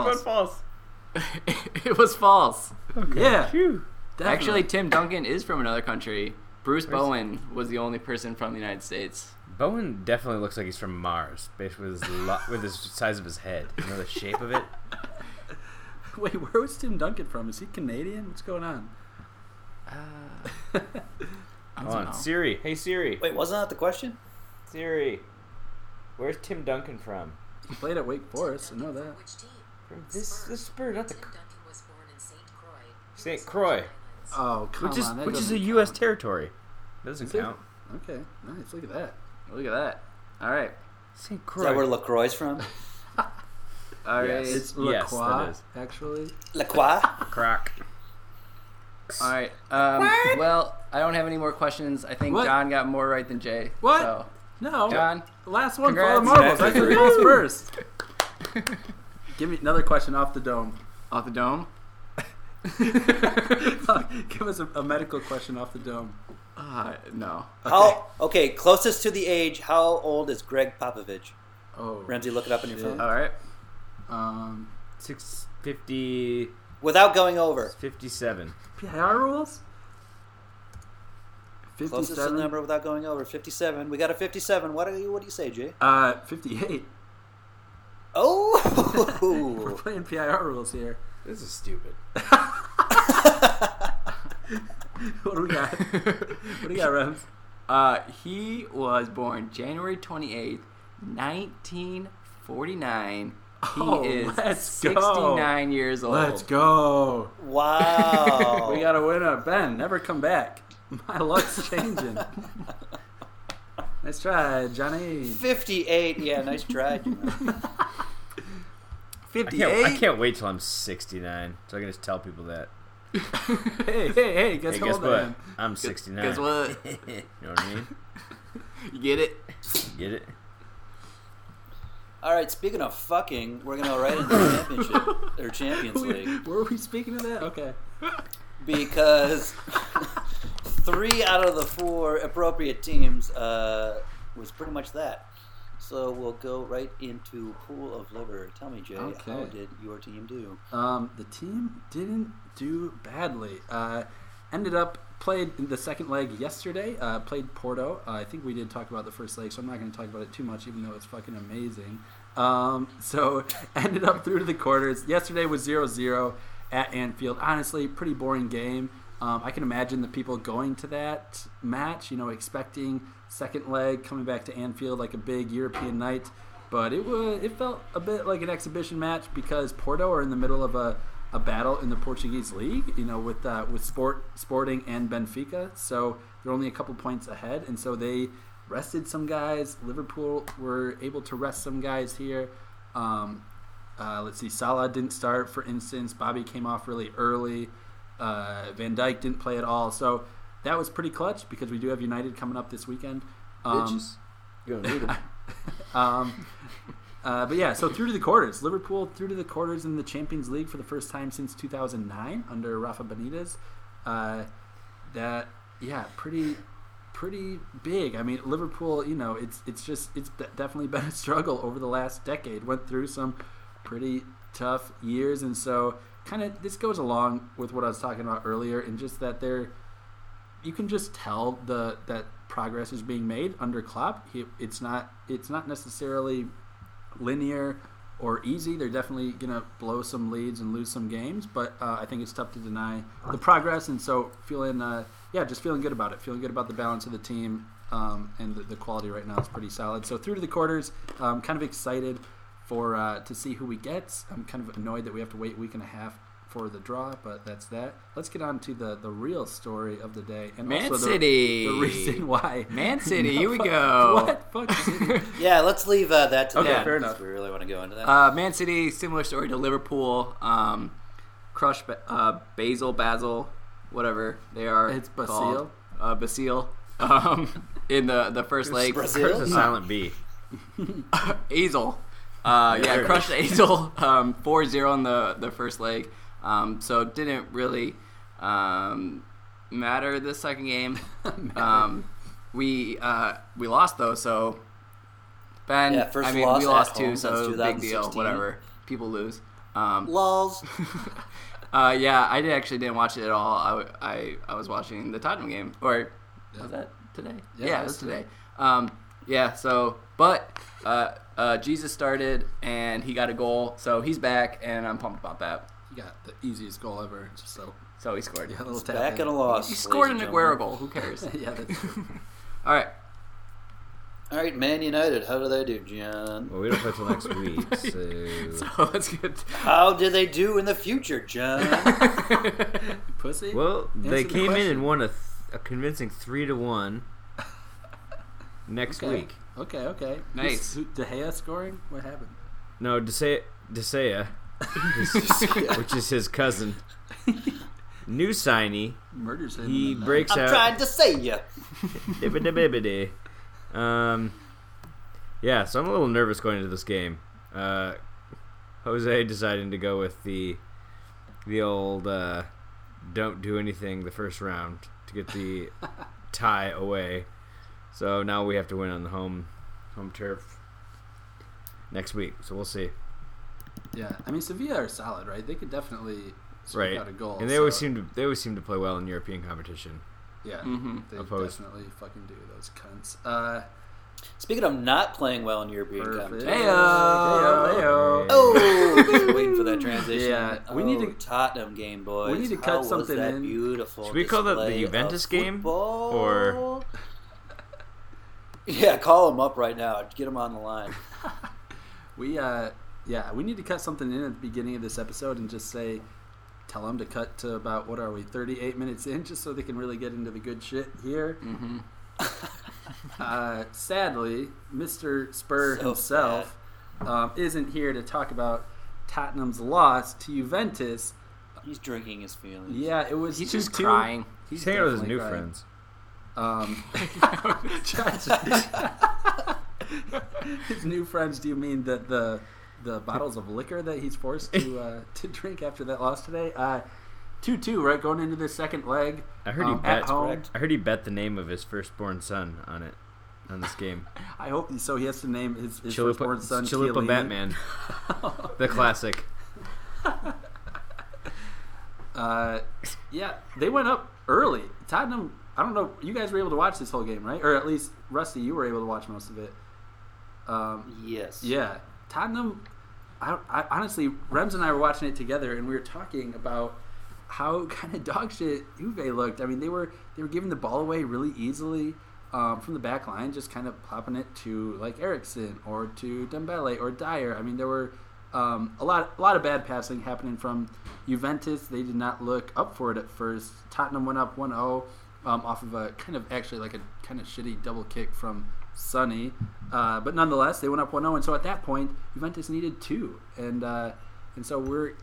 C: about
E: False.
C: false?
E: it was false.
C: Okay.
D: Yeah.
C: Phew.
D: Definitely.
E: Actually, Tim Duncan is from another country. Bruce
C: Where's-
E: Bowen was the only person from the United States.
C: Bowen definitely looks like he's from Mars, based with his lo- with his size of his head. You know the shape of it.
D: Wait, where was Tim Duncan from? Is he Canadian? What's going on?
E: I
C: Ah. Come
E: don't know.
C: on, Siri. Hey Siri.
B: Wait, wasn't that the question?
C: Siri. Where's Tim Duncan from?
D: He played at Wake Forest. I know that.
F: Which team?
C: From this this Spurs, not the
F: Tim Duncan was born in St. Croix.
C: St.
F: US
C: Croix.
F: Islands.
D: Oh, come
C: which is
D: on. that
C: which is a
D: doesn't
C: U.S.
D: count.
C: territory. Doesn't
D: it?
C: count.
D: Okay, nice. Look at that.
E: Look at that. All right.
C: St.
B: Is that where
C: Croix.
B: LaCroix's from?
E: All right.
C: Yes.
D: It's La
C: Yes, that
D: Croix,
C: is.
D: actually.
B: LaCroix?
C: Croc.
E: All right. Um, well, I don't have any more questions. I think
D: What?
E: John got more right than Jay.
D: What?
E: So,
D: No.
E: John.
D: Last one for the
E: Congrats.
D: marbles. That's the
B: Exactly.
D: biggest first. Give me another question off the dome.
E: Oh. Off the dome.
D: Give us a, a medical question off the dome.
E: uh, no.
B: How okay, closest to the age, how old is Greg Popovich?
D: Oh,
B: Ramsey, look it up on your
D: shit.
B: phone.
E: All right.
D: Um,
C: 650,
B: Without going over.
C: 57.
D: PR rules.
B: Closest to the
D: Fifty-seven.
B: number without going over. Fifty seven. We got a fifty seven. What do you what do you say, Jay?
D: Uh, fifty-eight. We're
B: Oh
D: playing PIR rules here.
C: This is stupid.
D: What do we got? what do you got, Rems?
E: Uh, he was born January 28th, 1949. He
D: Oh,
E: is
D: let's go.
E: 69 years old.
D: Let's go.
C: Oh.
B: Wow.
D: We got a winner. Ben, never come back. My luck's changing. nice try, Johnny.
B: fifty eight. Yeah, nice try. Jamel.
C: I can't, I
D: 58.
C: can't wait till I'm 69, so I can just tell people that.
D: Hey, hey, hey, guess
C: Hey,
D: how
C: guess
D: old
C: what?
D: I am?
C: I'm 69.
E: Guess what?
C: you know what I mean?
E: You get it?
C: Get it?
B: All right, speaking of fucking, we're gonna go right into the championship or Champions League.
D: Were we speaking of that? Okay.
B: because three out of the four appropriate teams uh, was pretty much that. So we'll go right into pool of liver. Tell me, Jay, how
D: Okay.
B: did your team do?
D: Um, the team didn't do badly. Uh, ended up played in the second leg yesterday. Uh, played Porto. Uh, I think we did talk about the first leg, so I'm not going to talk about it too much, even though it's fucking amazing. Um, so ended up through to the quarters. Yesterday was 0-0 at Anfield. Honestly, pretty boring game. Um, I can imagine the people going to that match, you know, expecting second leg coming back to Anfield like a big European night but it was it felt a bit like an exhibition match because Porto are in the middle of a a battle in the Portuguese league, you know, with uh, with Sport Sporting and Benfica. So they're only a couple points ahead, and so they rested some guys. Liverpool were able to rest some guys here. Um, uh, let's see, Salah didn't start, for instance. Bobby came off really early. Uh, Van Dyke didn't play at all. So that was pretty clutch because we do have United coming up this weekend. Um,
C: Bitches. You're gonna need 'em.
D: um, uh, but yeah, so through to the quarters. Liverpool through to the quarters in the Champions League for the first time since 2009 under Rafa Benitez. Uh, that yeah, pretty pretty big. I mean, Liverpool, you know, it's it's just it's de- definitely been a struggle over the last decade. Went through some pretty tough years, and so kind of this goes along with what I was talking about earlier, and just that they're you can just tell the that progress is being made under Klopp. He, it's not it's not necessarily linear or easy. They're definitely gonna blow some leads and lose some games, but uh, I think it's tough to deny the progress. And so feeling uh, yeah, just feeling good about it. Feeling good about the balance of the team um, and the, the quality right now is pretty solid. So through to the quarters, um, kind of excited for uh, to see who we get. I'm kind of annoyed that we have to wait a week and a half for the draw, but that's that. Let's get on to the the real story of the day and
E: Man
D: also the-
E: City.
D: The, reason why
E: Man City,
D: No,
E: here we
D: fuck-
E: go.
D: What fuck City?
B: Yeah, let's leave uh, that to
D: Okay,
B: the end,
D: fair
B: if
D: enough.
B: We really want to go into that.
E: Uh, Man City, similar story to Liverpool. Um, crush Ba- uh, Basil, Basil, whatever they are.
D: It's Basile.
E: called. Uh, Basile. Um, in the the first leg,
B: Brazil?
C: There's a silent B.
E: Azel. Uh, yeah,
C: there it
E: crushed Azel um, 4-0 in the, the first leg. Um, so it didn't really um, matter the second game. um, we uh, we lost though, so Ben.
B: Yeah, first
E: I mean,
B: loss
E: we
B: at
E: lost
B: home
E: too, so
B: since
E: big deal.
B: 2016.
E: Whatever, people lose. Um,
B: Lols.
E: uh, yeah, I did, actually didn't watch it at all. I, w- I- I was watching the Tottenham game. Or was that today?
D: Yeah,
E: Yeah,
D: it
E: it was
D: was
E: today. Um, yeah, so, but uh, uh, Jesus started and he got a goal. So he's back and I'm pumped about that.
D: You got the easiest goal ever. Just so
E: So he scored.
D: yeah, a little tap
B: Back
D: in.
B: in a loss.
E: He scored an
B: ladies and
E: Aguero
B: gentlemen.
E: goal. Who cares?
D: yeah, that's true.
E: all right.
B: All right, Man United. How do they do, John?
D: Oh.
C: Well, we don't play till next week,
E: So
C: so.
E: let's get.
B: How do they do in the future, John?
D: pussy.
C: Well, they
D: the
C: came in
D: question.
C: and won a, th- a convincing three to one. Next
D: okay.
C: week,
D: Okay, okay.
E: Nice.
D: Who's- who- De Gea scoring? What happened?
C: no, Desea, Desea his- which is his cousin, new signee.
D: Murders him.
C: He
D: in the night.
C: breaks
B: I'm
C: out.
B: trying to say you.
C: Dibbidi-bibbidi. um, yeah, so I'm a little nervous going into this game. Uh, Jose deciding to go with the the old uh, don't do anything the first round to get the tie away. So now we have to win on the home home turf next week. So we'll see.
D: Yeah, I mean Sevilla are solid, right? They could definitely squeak
C: Right,
D: out a goal.
C: and they always
D: so-
C: seem to they always seem to play well in European competition.
D: yeah,
E: Mhm.
D: they
C: opposed.
D: definitely fucking do those cunts. Uh,
B: Speaking of not playing well in European
D: perfect.
B: competition.
E: Heyo.
D: Heyo, heyo.
B: Oh, just waiting for that transition.
D: Yeah, we
B: Oh,
D: need to-
B: Tottenham game, boys.
D: need to
B: How
D: cut
B: was
D: something
B: that
D: in.
B: Beautiful.
C: Should we call that the
B: display of
C: Juventus game?
B: football?
C: Or-
B: yeah, call him up right now. Get him on the line.
D: We uh, yeah, we need to cut something in at the beginning of this episode and just say, tell them to cut to about what are we, thirty-eight minutes in, just so they can really get into the good shit here.
E: Mhm.
D: Uh, sadly, Mr. Spur
B: So
D: himself um, isn't here to talk about Tottenham's loss to Juventus.
B: He's drinking his feelings.
D: Yeah, it was
E: He's
D: two-
E: just
D: two-
E: crying.
C: He's hanging out with his
D: definitely
C: new friends.
D: crying. Um, his new friends. Do you mean the the the bottles of liquor that he's forced to uh, to drink after that loss today? Uh, two two, right? Going into the second leg.
C: I heard he
D: um, at
C: bet.
D: home.
B: correct.
C: I heard he bet the name of his firstborn son on it on this game.
D: I hope he, so. He has to name his, his
C: Chilipa,
D: firstborn son
C: Chilipa
D: Chiellini.
C: Batman, the classic.
D: Uh, yeah, they went up early. Tottenham. I don't know. You guys were able to watch this whole game, right? Or at least Rusty, you were able to watch most of it. Um,
B: Yes.
D: Yeah, Tottenham. I, I honestly, Rems and I were watching it together, and we were talking about how kind of dog shit Juve looked. I mean, they were they were giving the ball away really easily um, from the back line, just kind of popping it to like Ericsson or to Dembele or Dyer. I mean, there were um, a lot a lot of bad passing happening from Juventus. They did not look up for it at first. Tottenham went up 1-0 um, off of a kind of actually like a kind of shitty double kick from Sonny. Uh, but nonetheless, they went up 1-0, and so at that point, Juventus needed two, and uh, and so we're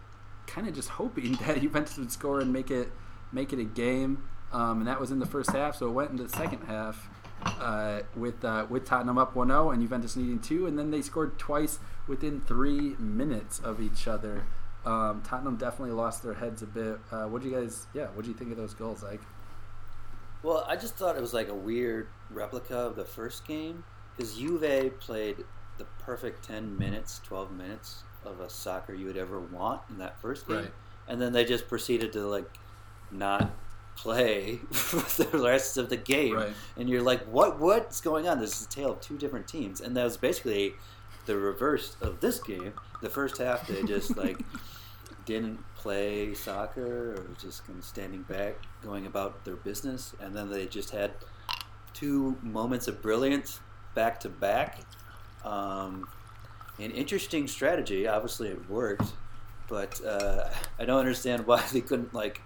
D: kind of just hoping that Juventus would score and make it make it a game. Um, and that was in the first half, so it went into the second half uh, with uh, with Tottenham up 1-0 and Juventus needing two, and then they scored twice within three minutes of each other. Um, Tottenham definitely lost their heads a bit. Uh, what do you guys? Yeah, what do you think of those goals, Like,
B: Well, I just thought it was like a weird replica of the first game because Juve played the perfect 10 minutes, 12 minutes of a soccer you would ever want in that first game.
D: Right.
B: And then they just proceeded to like not play for the rest of the game.
D: Right.
B: And you're like, what? what's going on? This is a tale of two different teams. And that was basically the reverse of this game. The first half, they just like didn't play soccer or was just kind of standing back, going about their business, and then they just had two moments of brilliance back to back. Um, An interesting strategy. Obviously, it worked, but uh, I don't understand why they couldn't like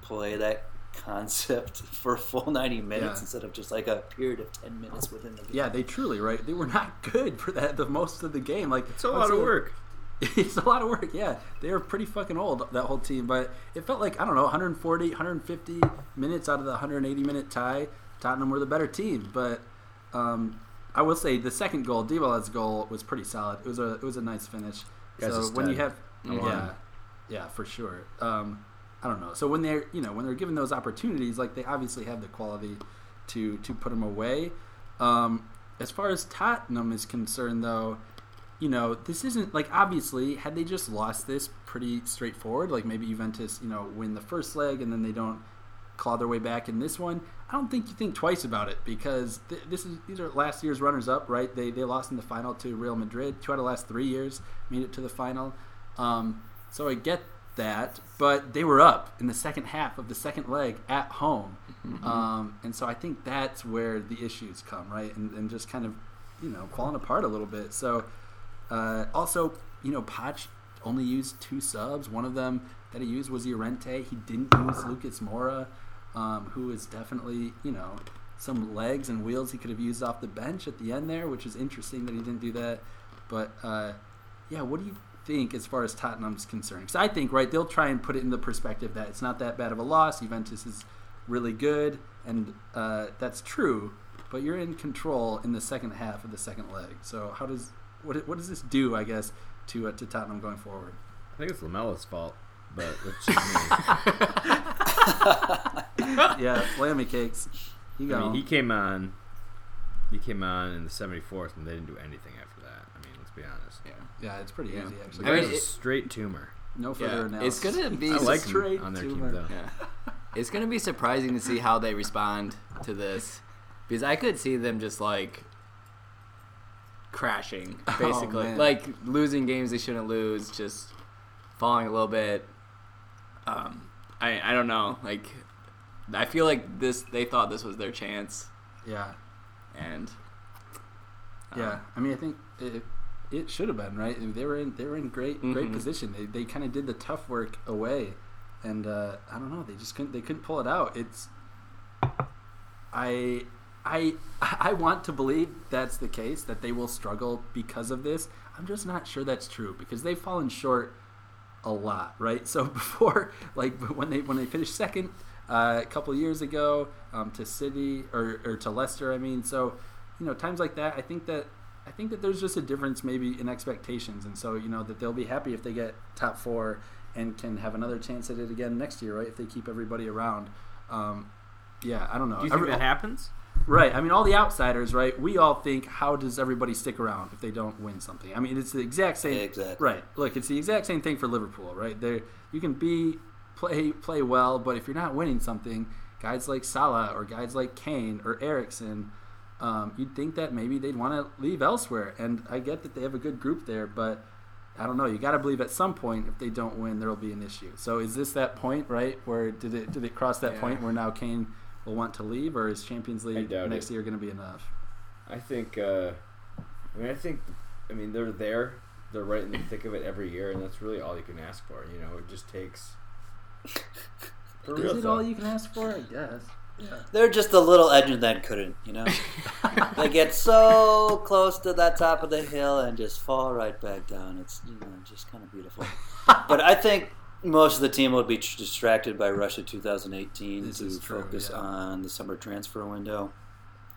B: play that concept for a full ninety minutes
D: Yeah.
B: instead of just like a period of ten minutes within the game.
D: Yeah, they truly right. They were not good for that the most of the game. Like
C: It's a lot of work.
D: it's a lot of work. Yeah, they were pretty fucking old that whole team, but it felt like I don't know 140, 150 minutes out of the 180 minute tie. Tottenham were the better team, but um, I will say the second goal, Dybala's goal, was pretty solid. It was a it was a nice finish.
C: Guy's a
D: so when you
C: stud.
D: have
E: I want
D: yeah, yeah, for sure. Um, I don't know. So when they're you know when they're given those opportunities, like they obviously have the quality to to put them away. Um, as far as Tottenham is concerned, though, you know this isn't like obviously had they just lost this pretty straightforward. Like maybe Juventus you know win the first leg and then they don't claw their way back in this one. I don't think you think twice about it because th- this is these are last year's runners up, right? They they lost in the final to Real Madrid. Two out of the last three years made it to the final. Um, so I get that, but they were up in the second half of the second leg at home, um, and so I think that's where the issues come, right? And, and just kind of you know falling apart a little bit. So uh, also, you know, Potch only used two subs. One of them that he used was Llorente. He didn't use Lucas Mora, um, who is definitely, you know, some legs and wheels he could have used off the bench at the end there, which is interesting that he didn't do that. But uh, yeah, what do you think as far as Tottenham's concerned? Because I think, right, they'll try and put it in the perspective that it's not that bad of a loss. Juventus is really good, and uh, that's true. But you're in control in the second half of the second leg. So how does what what does this do? I guess to uh, to Tottenham going forward.
C: I think it's Lamelo's fault, but that's just me.
D: yeah, Flammy cakes. You
C: I
D: go.
C: mean, he came on. He came on in the 74th, and they didn't do anything after that. I mean, let's be honest.
E: Yeah.
D: yeah, it's pretty
E: Yeah.
D: easy
C: The
D: actually.
E: I
C: guy's
E: mean,
C: a
E: it-
C: straight tumor.
D: no further
E: Yeah,
D: analysis.
E: it's gonna be.
C: I like
D: straight
C: him on their
D: tumor.
C: team though.
E: Yeah. It's gonna be surprising to see how they respond to this, because I could see them just like crashing, basically,
D: Oh, man.
E: like losing games they shouldn't lose, just falling a little bit. Um, I I don't know. Like, I feel like this. They thought this was their chance,
D: yeah.
E: and
D: Yeah, I mean, I think it, it should have been right. They were in they were in great great
E: Mhm.
D: position. They, they kind of did the tough work away, and uh, I don't know. They just couldn't they couldn't pull it out. It's I I I want to believe that's the case that they will struggle because of this. I'm just not sure that's true because they've fallen short a lot, right? So before, like when they when they finished second uh, a couple years ago um, to City or, or to Leicester, I mean, so you know times like that, I think that I think that there's just a difference maybe in expectations, and so you know that they'll be happy if they get top four and can have another chance at it again next year, right? If they keep everybody around. Um, yeah, I don't know.
C: Do you think
D: Every-
C: that happens?
D: Right. I mean, all the outsiders, right? We all think, how does everybody stick around if they don't win something? I mean, it's the exact same.
B: Exactly.
D: Right. Look, it's the exact same thing for Liverpool, right? There, you can be play play well, but if you're not winning something, guys like Salah or guys like Kane or Ericsson, um, you'd think that maybe they'd want to leave elsewhere. And I get that they have a good group there, but I don't know. You got to believe at some point if they don't win, there'll be an issue. So is this that point, right? Where did it did it cross that
E: Yeah.
D: point where now Kane will want to leave, or is Champions League
C: doubt
D: next
C: it.
D: year going to be enough?
C: I think. Uh, I mean, I think. I mean, they're there. they're right in the thick of it every year, and that's really all you can ask for. You know, it just takes. For
D: Is
C: real
D: it
C: though.
D: all you can ask for? I guess.
B: They're just a little edge of that couldn't, you know? they get so close to that top of the hill and just fall right back down. It's you know, just kind of beautiful. but I think most of the team will be tr- distracted by Russia 2018
D: This
B: to
D: is true,
B: focus
D: yeah.
B: on the summer transfer window.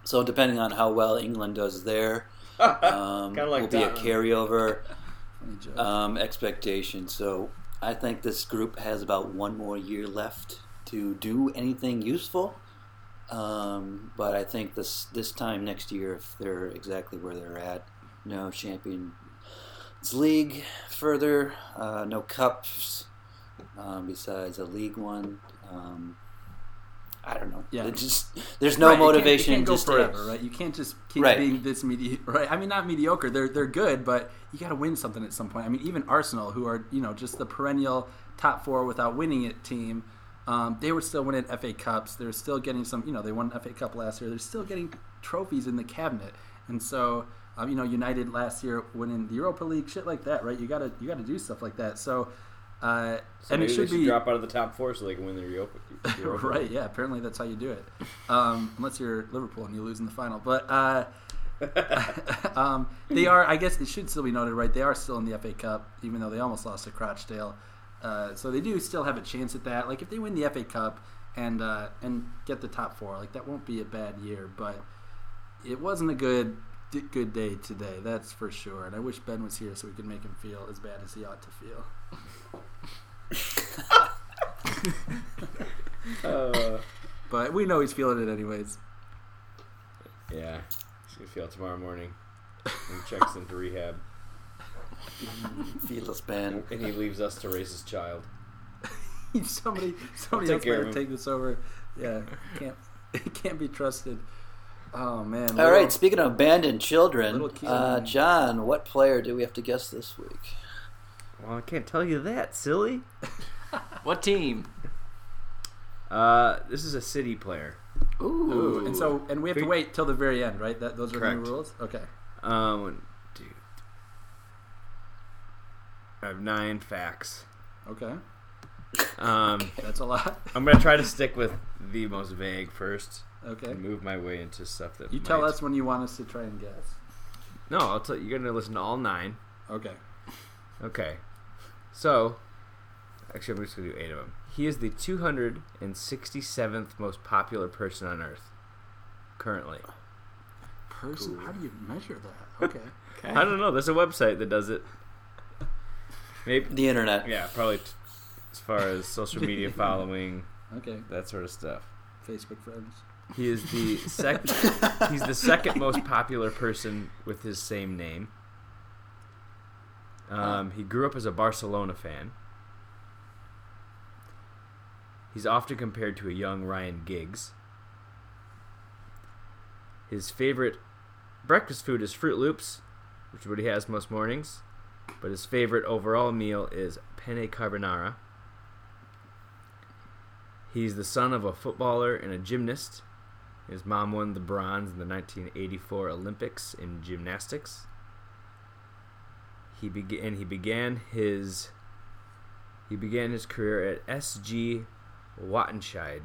B: So depending on how well England does there, um,
C: Kinda like
B: will be a
C: Dotland.
B: carryover
D: Funny joke.
B: um, expectation. So I think this group has about one more year left to do anything useful. Um, but I think this this time next year, if they're exactly where they're at, no Champions League further, uh, no cups um, besides a league one. Um, I don't know.
D: Yeah.
B: It just there's no
D: Right, you can't-
B: motivation
D: You can't,
B: to stay.
D: go forever, right? You can't just keep
B: Right.
D: being this medi- right? I mean, not mediocre. They're they're good, but you got to win something at some point. I mean, even Arsenal, who are you know just the perennial top four without winning it team, um, they were still winning FA Cups. They're still getting some. You know, they won an FA Cup last year. They're still getting trophies in the cabinet, and so. Um, you know, United last year winning the Europa League, shit like that, right? You gotta, you gotta do stuff like that. So, uh,
C: So
D: and it
C: maybe
D: should
C: they
D: be
C: drop out of the top four so they can win the Europa. Europa
D: right, yeah. Apparently, that's how you do it. Um, unless you're Liverpool and you lose in the final. But uh, um, they are, I guess it should still be noted, right? They are still in the FA Cup, even though they almost lost to Crotchdale. Uh, so they do still have a chance at that. Like, if they win the FA Cup and uh, and get the top four, like, that won't be a bad year. But it wasn't a good d- good day today, that's for sure. And I wish Ben was here so we could make him feel as bad as he ought to feel.
C: Uh,
D: But we know he's feeling it anyways.
C: yeah, he's gonna feel it tomorrow morning. When he checks into rehab,
B: Feeless band.
C: and he leaves us to raise his child.
D: somebody somebody
C: take
D: else
C: care of
D: better
C: him.
D: take this over. Yeah, can't it can't be trusted. Oh man!
B: All
D: Little-
B: right. Speaking of abandoned children,
D: Little kids.
B: uh, John, what player do we have to guess this week?
C: Well, I can't tell you that, silly.
E: What team?
C: Uh, this is a city player.
E: Ooh.
D: Ooh, and so and we have to
C: Three-
D: wait till the very end, right? That those are the new
C: Correct.
D: rules. Okay.
C: Um, one, two. I have nine facts.
D: Okay,
C: Um,
D: that's a lot.
C: I'm gonna try to stick with the most vague first
D: Okay,
C: and move my way into stuff that
D: you tell
C: might-
D: us when you want us to try and guess.
C: No, I'll tell you. You're gonna listen to all nine.
D: Okay,
C: Okay. So, actually, I'm just gonna do eight of them. He is the 267th most popular person on Earth currently.
D: person. How do you measure that? Okay,
E: Okay.
C: I don't know. There's a website that does it. Maybe.
B: The internet.
C: Yeah, probably t- as far as social media following,
D: okay.
C: that sort of stuff.
D: Facebook friends.
C: He is the sec- he's the second most popular person with his same name. Um, he grew up as a Barcelona fan. He's often compared to a young Ryan Giggs. His favorite breakfast food is Fruit Loops, which is what he has most mornings. But his favorite overall meal is penne carbonara. He's the son of a footballer and a gymnast. His mom won the bronze in the 1984 Olympics in gymnastics. He began and he began his he began his career at SG Wattenscheid.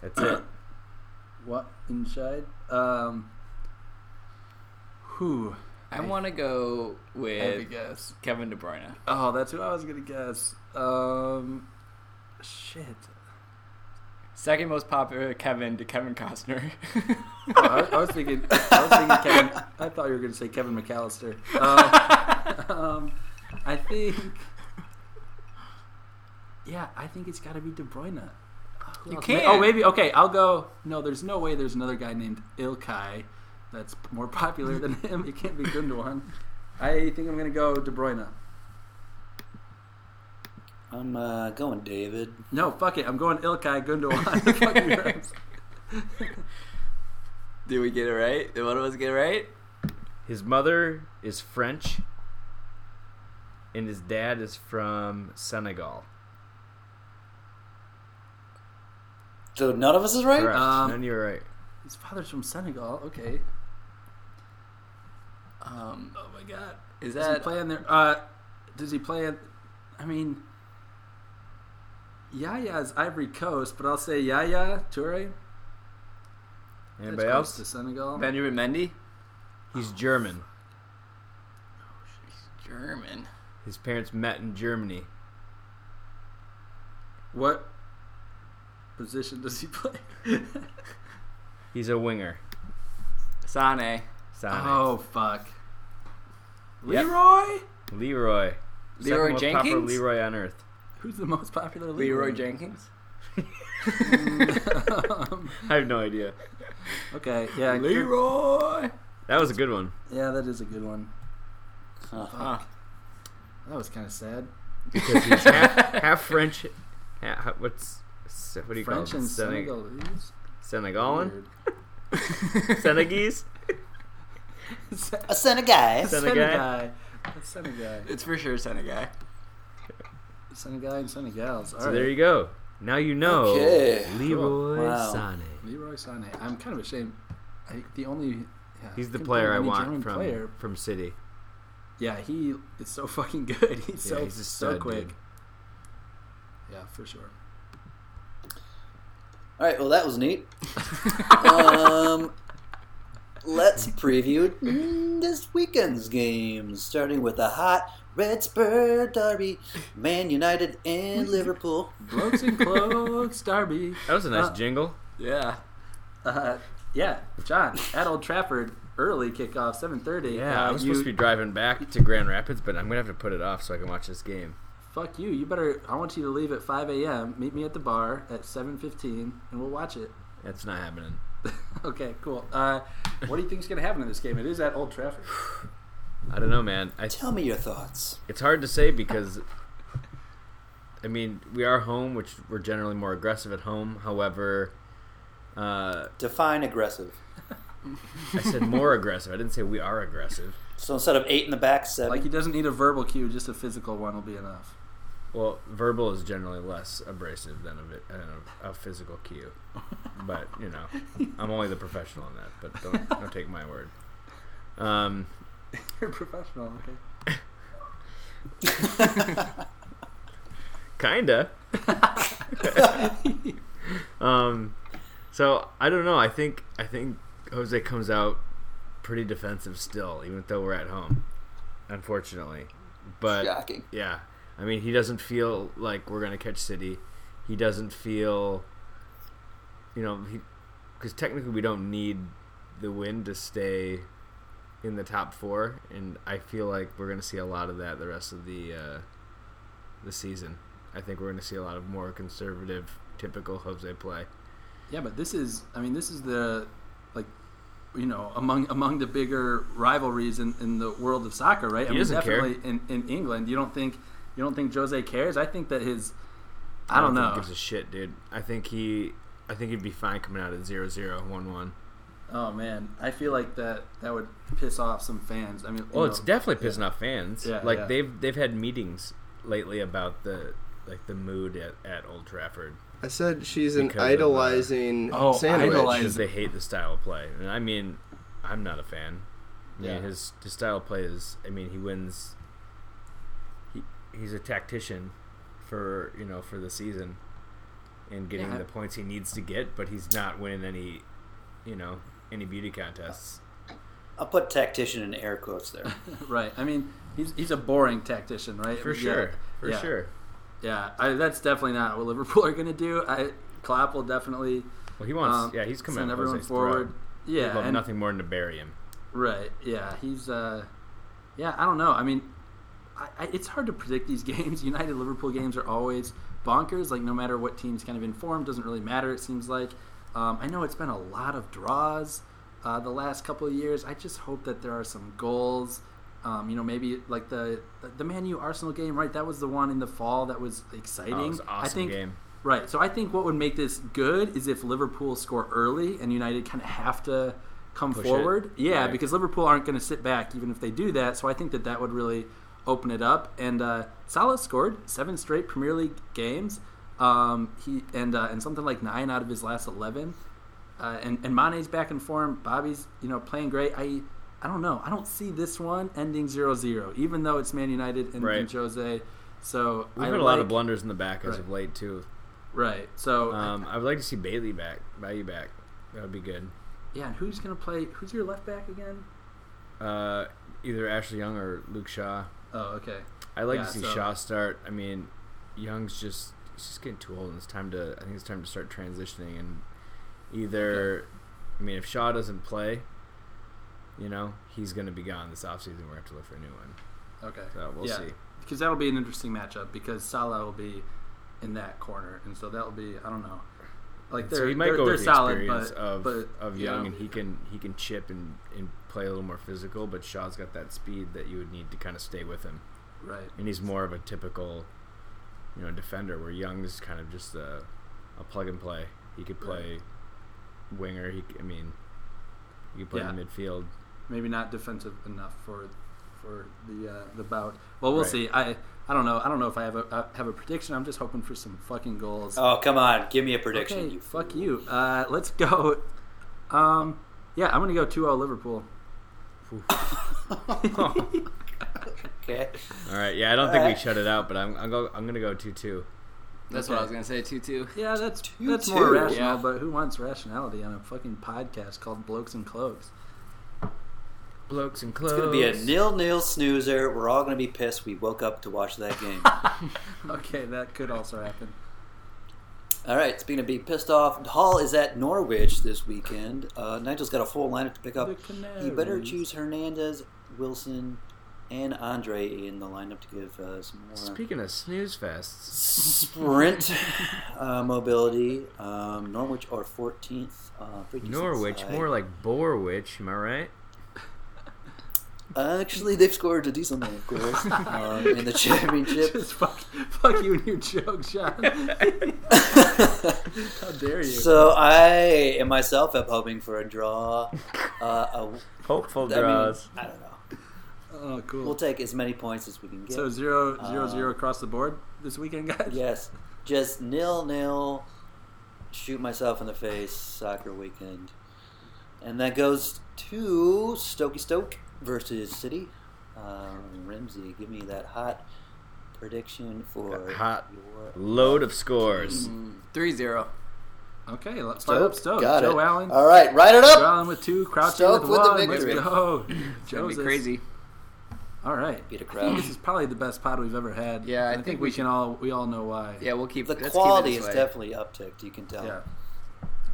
C: That's it.
D: What inside? Um. Who?
E: I want to go
D: Have a
E: with
D: guess.
E: Kevin De Bruyne.
D: Oh, that's what I was gonna guess. Um. Shit.
E: Second most popular Kevin to Kevin Costner.
D: Oh, I, I was thinking. I was thinking Kevin. I thought you were going to say Kevin McAllister. Uh, um, I think. Yeah, I think it's got to be De Bruyne. Uh, who
E: You
D: else? May-
E: can't.
D: Oh, maybe. Okay, I'll go. No, there's no way. There's another guy named Ilkay that's more popular than him. It can't be Gundogan. I think I'm going to go De Bruyne.
B: I'm uh, going David.
D: No, fuck it. I'm going Ilkay Gundogan. Fucking gross.
E: Did we get it right? Did one of us get it right?
C: His mother is French and his dad is from Senegal.
B: So none of us is right.
C: Correct.
D: Um,
C: None of you are right.
D: His father's from Senegal. Okay.
E: Um,
D: Oh my god.
E: is
D: Does he
E: that
D: play in there? Uh, does he play? In, I mean, Yaya's Ivory Coast, but I'll say Yaya Toure. that's
C: Anybody
D: close to
C: else?
D: Senegal?
E: Benjamin Mendy?
C: He's German.
E: He's German.
C: His parents met in Germany.
D: What position does he play?
C: He's a winger.
E: Sane.
C: Sonic.
D: oh fuck,
C: Yep.
D: Leroy.
C: Leroy. Second
E: Leroy
C: most popular
E: Jenkins?
C: Leroy on earth.
D: Who's the most popular?
E: Leroy Jenkins?
D: um,
C: I have no idea.
D: okay, yeah, good-
E: Leroy!
C: That was a good one.
D: Yeah, that is a good one.
E: Huh.
D: That was kind of sad.
C: Because he's half, half French. ha- what's what do you
D: French
C: call it?
D: and
C: Seneg-
D: Senegalese.
C: Senegalan?
D: Weird.
C: Senegalese?
D: Se-
B: A son of guys.
C: Senegal?
D: Senegal. Senegal.
E: It's for sure Senegal.
D: Senegal and Senegals. All
C: So
D: right.
C: there you go. Now you know
B: Okay.
C: Leroy
B: Cool. Wow.
C: Sané.
D: Leroy Sané. I'm kind of ashamed. I, the only yeah,
C: He's the
D: couldn't
C: player
D: think
C: I
D: of any
C: want
D: German
C: from
D: player.
C: from City.
D: Yeah, he is so fucking good. He's
C: Yeah,
D: so
C: he's a
D: so
C: stud,
D: quick.
C: dude.
D: Yeah, for sure.
B: All right, well, that was neat. um, let's preview mm, this weekend's games, starting with a hot Red Spur derby, Man United and Liverpool.
D: Blokes and cloaks, Darby.
C: That was a nice
D: Uh,
C: jingle.
E: Yeah.
D: Uh, yeah, John at Old Trafford, early kickoff, seven thirty.
C: Yeah,
D: uh,
C: I was supposed
D: you-
C: to be driving back to Grand Rapids, but I'm gonna have to put it off so I can watch this game.
D: Fuck you. You better. I want you to leave at 5 a.m. Meet me at the bar at 7:15, and we'll watch it.
C: That's not happening.
D: okay, cool. Uh, what do you think's gonna happen in this game? It is at Old Trafford.
C: I don't know, man. I,
B: Tell me your thoughts.
C: it's hard to say because, I mean, we are home, which we're generally more aggressive at home. However, uh,
B: Define aggressive.
C: I said more aggressive. I didn't say we are aggressive.
B: So instead of eight in the back, seven.
D: Like he doesn't need a verbal cue; just a physical one will be enough.
C: Well, verbal is generally less abrasive than a, vi- than a, a physical cue. But, you know, I'm only the professional in that, but don't, don't take my word. Um,
D: You're professional, okay?
C: kinda. um, so I don't know. I think I think Jose comes out pretty defensive still, even though we're at home. Unfortunately, but
B: Shocking.
C: yeah, I mean he doesn't feel like we're gonna catch City. He doesn't feel, you know, because technically we don't need the win to stay in the top four, and I feel like we're gonna see a lot of that the rest of the uh, the season. I think we're gonna see a lot of more conservative, typical Jose play.
D: Yeah, but this is—I mean, this is the like, you know, among among the bigger rivalries in, in the world of soccer, right? I mean,
C: doesn't care.
D: definitely in in England, you don't think you don't think Jose cares. I think that his—I don't,
C: think
D: know.
C: he gives a shit, dude. I think he, I think he'd be fine coming out at zero zero one one.
D: Oh man, I feel like that that would piss off some fans. I mean, you
C: Well, Oh, it's
D: know,
C: definitely pissing off fans.
D: Um, Yeah,
C: like
D: yeah.
C: they've they've had meetings lately about the like the mood at, at Old Trafford
G: I said she's an
C: Because of, uh,
G: idolizing
D: Oh,
G: sandwich.
D: idolize-
C: because they hate the style of play. And I mean, I'm not a fan. I mean,
D: Yeah.
C: his his style of play is. I mean, he wins. He he's a tactician for you know for the season and getting
D: Yeah.
C: the points he needs to get, but he's not winning any you know any beauty contests.
B: I'll put tactician in air quotes there.
D: right. I mean, he's he's a boring tactician, right?
C: For
D: Uh, Yeah,
C: sure, for
D: yeah,
C: sure.
D: Yeah, I, that's definitely not what Liverpool are going to do. I Klopp will definitely
C: Well, he wants.
D: um,
C: yeah, he's coming
D: send
C: out
D: everyone
C: Jose's
D: forward.
C: throat. He'd
D: Yeah,
C: love
D: and,
C: nothing more than to bury him.
D: right. Yeah, he's. Uh, yeah, I don't know. I mean, I, I, it's hard to predict these games. United Liverpool games are always bonkers. Like no matter what team's kind of in form, doesn't really matter. It seems like. Um, I know it's been a lot of draws uh, the last couple of years. I just hope that there are some goals. Um, you know, maybe like the the Man U Arsenal game, right? That was the one in the fall that was exciting.
C: Oh, it was an
D: I
C: awesome
D: think
C: game.
D: Right. So I think what would make this good is if Liverpool score early and United kind of have to come
C: Push it.
D: forward. Yeah,
C: Right.
D: because Liverpool aren't going to sit back even if they do that. So I think that that would really open it up. And uh, Salah scored seven straight Premier League games. Um, he and uh, and something like nine out of his last eleven. Uh, and and Mane's back in form. Bobby's you know playing great. I I don't know. I don't see this one ending 0-0, even though it's Man United and,
C: Right.
D: and Jose. So
C: We've
D: I
C: had a lot of
D: like-
C: blunders in the back as
D: Right.
C: of late too.
D: Right. So I-
C: Um, I would like to see Bailey back, Bailey back. That would be good.
D: yeah, and who's gonna play? Who's your left back again?
C: Uh, either Ashley Young or Luke Shaw.
D: Oh, okay.
C: I like
D: Yeah,
C: to see
D: so-
C: Shaw start. I mean, Young's just he's just getting too old, and it's time to. I think it's time to start transitioning. And either, I mean, if Shaw doesn't play, you know, he's going to be gone this offseason. We're going to have to look for a new one.
D: Okay.
C: So we'll
D: yeah.
C: see.
D: Because that'll be an interesting matchup because Salah will be in that corner, and so that'll be I don't know. Like
C: And
D: they're
C: so he might
D: they're,
C: go
D: they're
C: with the
D: solid,
C: experience
D: but
C: of
D: but,
C: of
D: you
C: Young,
D: know,
C: and he can he can chip and, and play a little more physical. But Shaw's got that speed that you would need to kind of stay with him,
D: right.
C: and he's more of a typical, you know, defender. Where Young's kind of just a, a plug and play. He could play winger. He, c- I mean, he could play in
D: Yeah.
C: the midfield.
D: maybe not defensive enough for for the uh, the bout. Well, we'll
C: Right.
D: see. I I don't know. I don't know if I have a I have a prediction. I'm just hoping for some fucking goals.
C: Uh,
B: Oh, come on. Give me a prediction.
D: okay,
B: you
D: fuck
B: fool.
D: you. Uh, let's go. Um, yeah, I'm gonna go 2-0 Liverpool.
B: Okay.
C: All right, yeah, I don't think we
B: Alright.
C: shut it out, but I'm I'm, go, I'm gonna go two two.
E: That's what I was gonna say. Two two.
D: Yeah, that's
B: Two-
D: that's
B: two,
D: more rational.
E: yeah.
D: But who wants rationality on a fucking podcast called Blokes and Cloaks?
C: Blokes and clothes.
B: It's going to be a nil nil snoozer. We're all going to be pissed we woke up to watch that game.
D: Okay, that could also happen.
B: All right, speaking of being pissed off, Hall is at Norwich this weekend. Uh, Nigel's got a full lineup to pick up.
D: The
B: You better
D: Canaries.
B: choose Hernandez, Wilson, and Andre in the lineup to give uh, some more
C: Speaking of snooze fests,
B: sprint uh, mobility. Um, Norwich are 14th. Uh, pretty decent
C: Norwich,
B: side.
C: more like Borwich. Am I right?
B: Actually, they've scored a decent amount of goals um, in the championship.
D: Just fuck, fuck you and your joke, Sean. How dare you?
B: So I and myself am hoping for a draw. Uh, a,
C: Hopeful
B: I mean, I don't know.
D: oh, cool.
B: We'll take as many points as we can get.
D: So zero zero zero
B: Uh,
D: across the board this weekend, guys.
B: yes, just nil nil. Shoot myself in the face. Soccer weekend, and that goes to Stokey Stoke versus City. Um, Ramsey, give me that hot prediction for
C: That hot
B: your
C: Load of scores.
E: Mm, Three zero.
D: Okay, let's fire up Stoke.
B: Got
D: Joe
B: it.
D: Allen.
B: All right, write it
D: Joe
B: up.
D: Allen with two. Crouching
B: Stoke
D: with,
B: with the
D: one.
B: victory.
D: Let's go.
E: It's gonna be
D: Joe's-
E: crazy.
D: All right.
B: Peter
D: I think
B: Crouch.
D: this is probably the best pod we've ever had.
E: Yeah,
D: And
E: I
D: think,
E: think
D: we,
E: we
D: can all we all know why.
E: Yeah, we'll keep
B: The
E: let's keep it
B: quality
E: this
B: is
E: way.
B: definitely upticked. You can tell.
D: Yeah.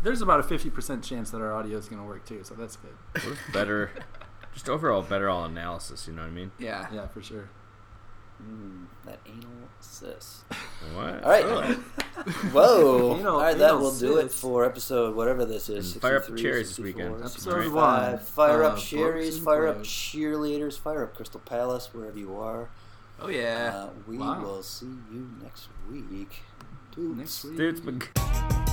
D: There's about a fifty percent chance that our audio is going to work too, so that's good.
C: What if better, just overall better all analysis. You know what I mean?
E: Yeah.
D: Yeah, for sure.
B: Mm, that anal cyst.
C: What?
B: All right. Whoa.
D: Anal-
B: All right, that
D: anal
B: will do it
D: cyst.
B: for episode whatever this is.
C: And Mm, fire up
B: 63,
C: cherries this
B: 64,
C: weekend.
D: Episode
B: 65.
D: one,
B: Fire
D: uh,
B: up
D: Blokes
B: cherries.
D: and
B: Fire up
D: Blokes.
B: cheerleaders. Fire up Crystal Palace, wherever you are.
E: Oh yeah.
B: Uh, we
D: Eh, Wow.
B: will see you next week. Dudes.
D: Next week.
C: Dude's been.